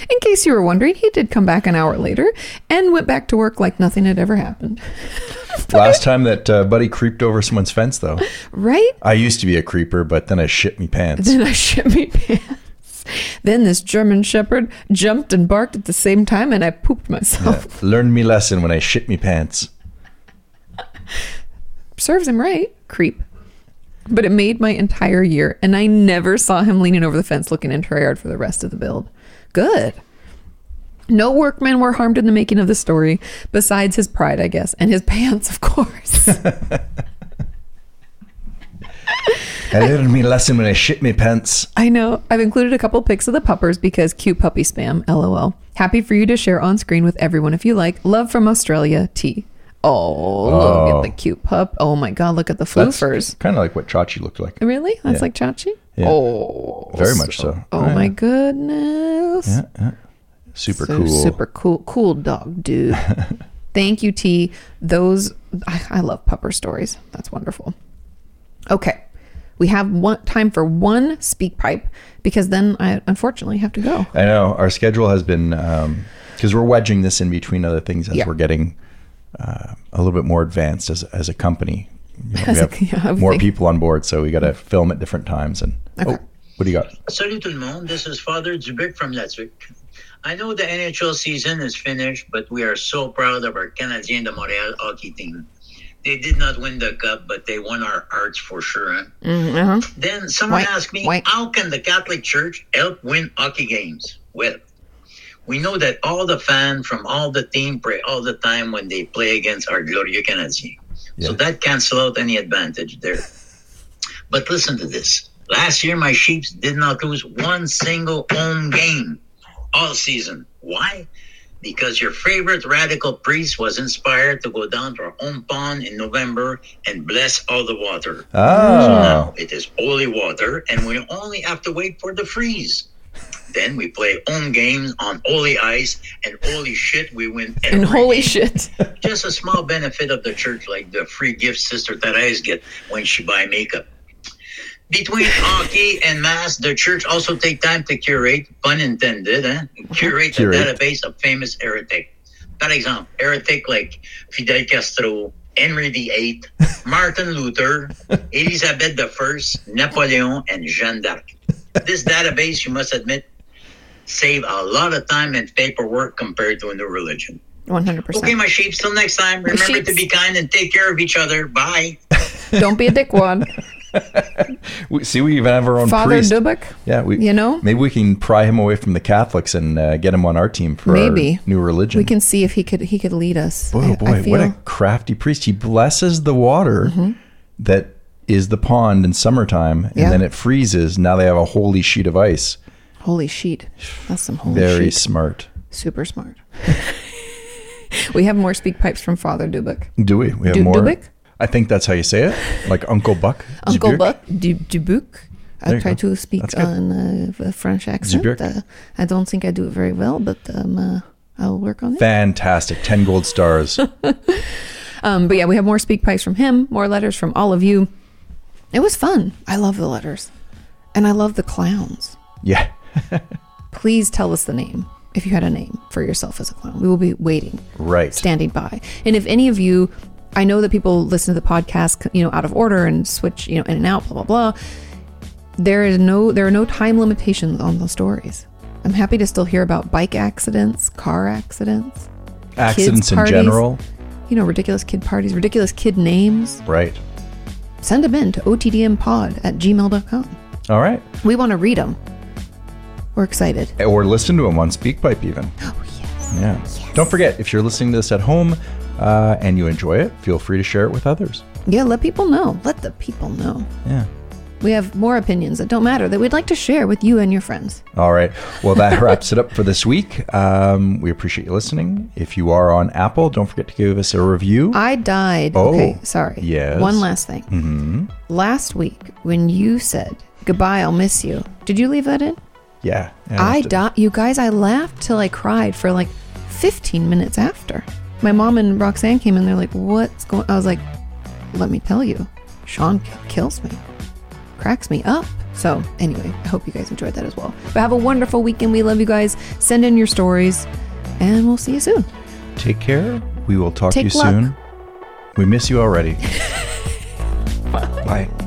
S1: In case you were wondering, he did come back an hour later and went back to work like nothing had ever happened. *laughs*
S2: Last time that uh, buddy creeped over someone's fence,
S1: *laughs*
S2: though,
S1: Right?
S2: I used to be a creeper, but then I shit
S1: *laughs*
S2: me pants.
S1: Then I shit me pants. Then this German shepherd jumped and barked at the same time and I pooped myself.
S2: Learned me lesson when I shit me pants.
S1: Serves him right. Creep. But it made my entire year and I never saw him leaning over the fence looking into our yard for the rest of the build. Good. No workmen were harmed in the making of the story, besides his pride, I guess, and his *laughs* pants, of course.
S2: I learned me lesson when I shit me pants.
S1: I know. I've included a couple pics of the puppers because cute puppy spam. LOL. Happy for you to share on screen with everyone if you like. Love from Australia. T. Oh, look
S2: Oh.
S1: at the cute pup. Oh my God, look at the floofers.
S2: Kind of like what Chachi looked like.
S1: Really? That's
S2: Yeah.
S1: like Chachi?
S2: Yeah.
S1: Oh,
S2: Very much so.
S1: Oh
S2: Yeah.
S1: my goodness.
S2: Yeah, yeah. Super
S1: So
S2: cool.
S1: Super cool. Cool dog,
S2: *laughs*
S1: dude. Thank you, T. Those I, I love pupper stories. That's wonderful. Okay. We have one time for one speak pipe because then I unfortunately have to go.
S2: I know our schedule has been because we're wedging this in between other things as
S1: Yeah.
S2: we're getting uh, a little bit more advanced as as a company. You know, we
S1: As a- *laughs*
S2: have
S1: yeah, I would
S2: more
S1: think.
S2: people on board, so we got to film at different times. And
S1: Okay.
S2: oh, what do you got?
S5: Salut tout le monde, this is Father Zubik from Letsvik. I know the NHL season is finished, but we are so proud of our Canadien de Montréal hockey team. They did not win the cup, but they won our hearts for sure. huh?
S1: Mm, uh-huh.
S5: Then someone
S1: Wait,
S5: asked me,
S1: wait.
S5: how can the Catholic Church help win hockey games? well. We know that all the fans from all the team pray all the time when they play against our Glorieux Canadiens.
S2: Yeah.
S5: So that cancel out any advantage there. But listen to this. Last year, my Chiefs did not lose one single home game all season. Why? Because your favorite radical priest was inspired to go down to our home pond in November and bless all the water.
S2: Ah,
S5: Now it is holy water, and we only have to wait for the freeze. Then we play home games on holy ice, and holy shit, we win.
S1: And
S5: every
S1: holy
S5: game
S1: shit.
S5: just a small benefit of the church, like the free gifts Sister Therese get when she buy makeup. Between hockey and mass, the church also take time to curate, pun intended, eh? curate, the
S2: Curate.
S5: database of famous heretic. For example, heretic like Fidel Castro, Henry VIII, Martin Luther, Elizabeth I, Napoleon, and Jeanne d'Arc. This database, you must admit, save a lot of time and paperwork compared to a new religion.
S1: 100%.
S5: Okay, my sheeps. Till next time, remember to
S1: sheeps.
S5: be kind and take care of each other. Bye.
S1: Don't be a dickwad.
S2: we, see, we even have our own
S1: Father
S2: priest.
S1: Dubek?
S2: yeah, we,
S1: you know?
S2: maybe we can pry him away from the Catholics and uh, get him on our team for
S1: Maybe.
S2: our new religion.
S1: We can see if he could he could lead us.
S2: Boy,
S1: I-
S2: oh boy,
S1: I feel, Mm-hmm.
S2: what a crafty priest. He blesses the water that is the pond in summertime and
S1: Yeah.
S2: then it freezes. Now they have a holy sheet of ice.
S1: holy sheet. That's some holy
S2: Very
S1: sheet.
S2: smart.
S1: Super smart. *laughs* we have more speak pipes from Father Dubek.
S2: Do we? We have
S1: Du-
S2: more.
S1: Dubik?
S2: I think that's how you say
S1: *laughs*
S2: it. Like Uncle Buck.
S1: Uncle
S2: Zubirk?
S1: Buck du- Dubuk. I
S2: There you
S1: try
S2: go.
S1: to speak
S2: That's good.
S1: on uh, a French accent.
S2: Dubuk.
S1: Uh, I don't think I do it very well, but um, uh, I'll work on it.
S2: Fantastic. 10 gold
S1: *laughs*
S2: stars.
S1: Um, but yeah, we have more speak pipes from him, more letters from all of you. It was fun. I love the letters, and I love the clowns.
S2: yeah.
S1: Please tell us the name if you had a name for yourself as a clown. We will be waiting.
S2: Right.
S1: standing by. And if any of you, I know that people listen to the podcast, you know, out of order and switch, you know, in and out, blah blah blah. There is no, there are no time limitations on those stories. I'm happy to still hear about bike accidents, car accidents,
S2: Accidents in
S1: parties.
S2: general.
S1: you know, ridiculous kid parties, ridiculous kid names.
S2: Right.
S1: Send them in to otdmpod at gmail.com.
S2: All right.
S1: We want to read them. We're excited. *gasps*
S2: Or listen to him on SpeakPipe, even. Oh, yes. Yeah. Don't forget, if you're listening to this at home uh, and you enjoy it, feel free to share it with others.
S1: Yeah, let people know. Let the people know.
S2: Yeah.
S1: We have more opinions that don't matter that we'd like to share with you and your friends.
S2: All right. Well, that wraps it up for this week. Um, we appreciate you listening. If you are on Apple, don't forget to give us a review.
S1: I died.
S2: Oh,
S1: okay, sorry.
S2: yes.
S1: One last thing. Mm-hmm. Last week, when you said goodbye, I'll miss you. Did you leave that in?
S2: yeah.
S1: I
S2: have to-
S1: died. You guys, I laughed till I cried for like 15 minutes after. My mom and Roxanne came in. They're like, "What's going?" I was like, "Let me tell you, Sean k- kills me, cracks me up." So anyway, I hope you guys enjoyed that as well. But have a wonderful weekend. We love you guys. Send in your stories, and we'll see you soon.
S2: Take care. We will talk to
S1: Take
S2: you
S1: luck. *laughs*
S2: soon. We miss you already. Bye.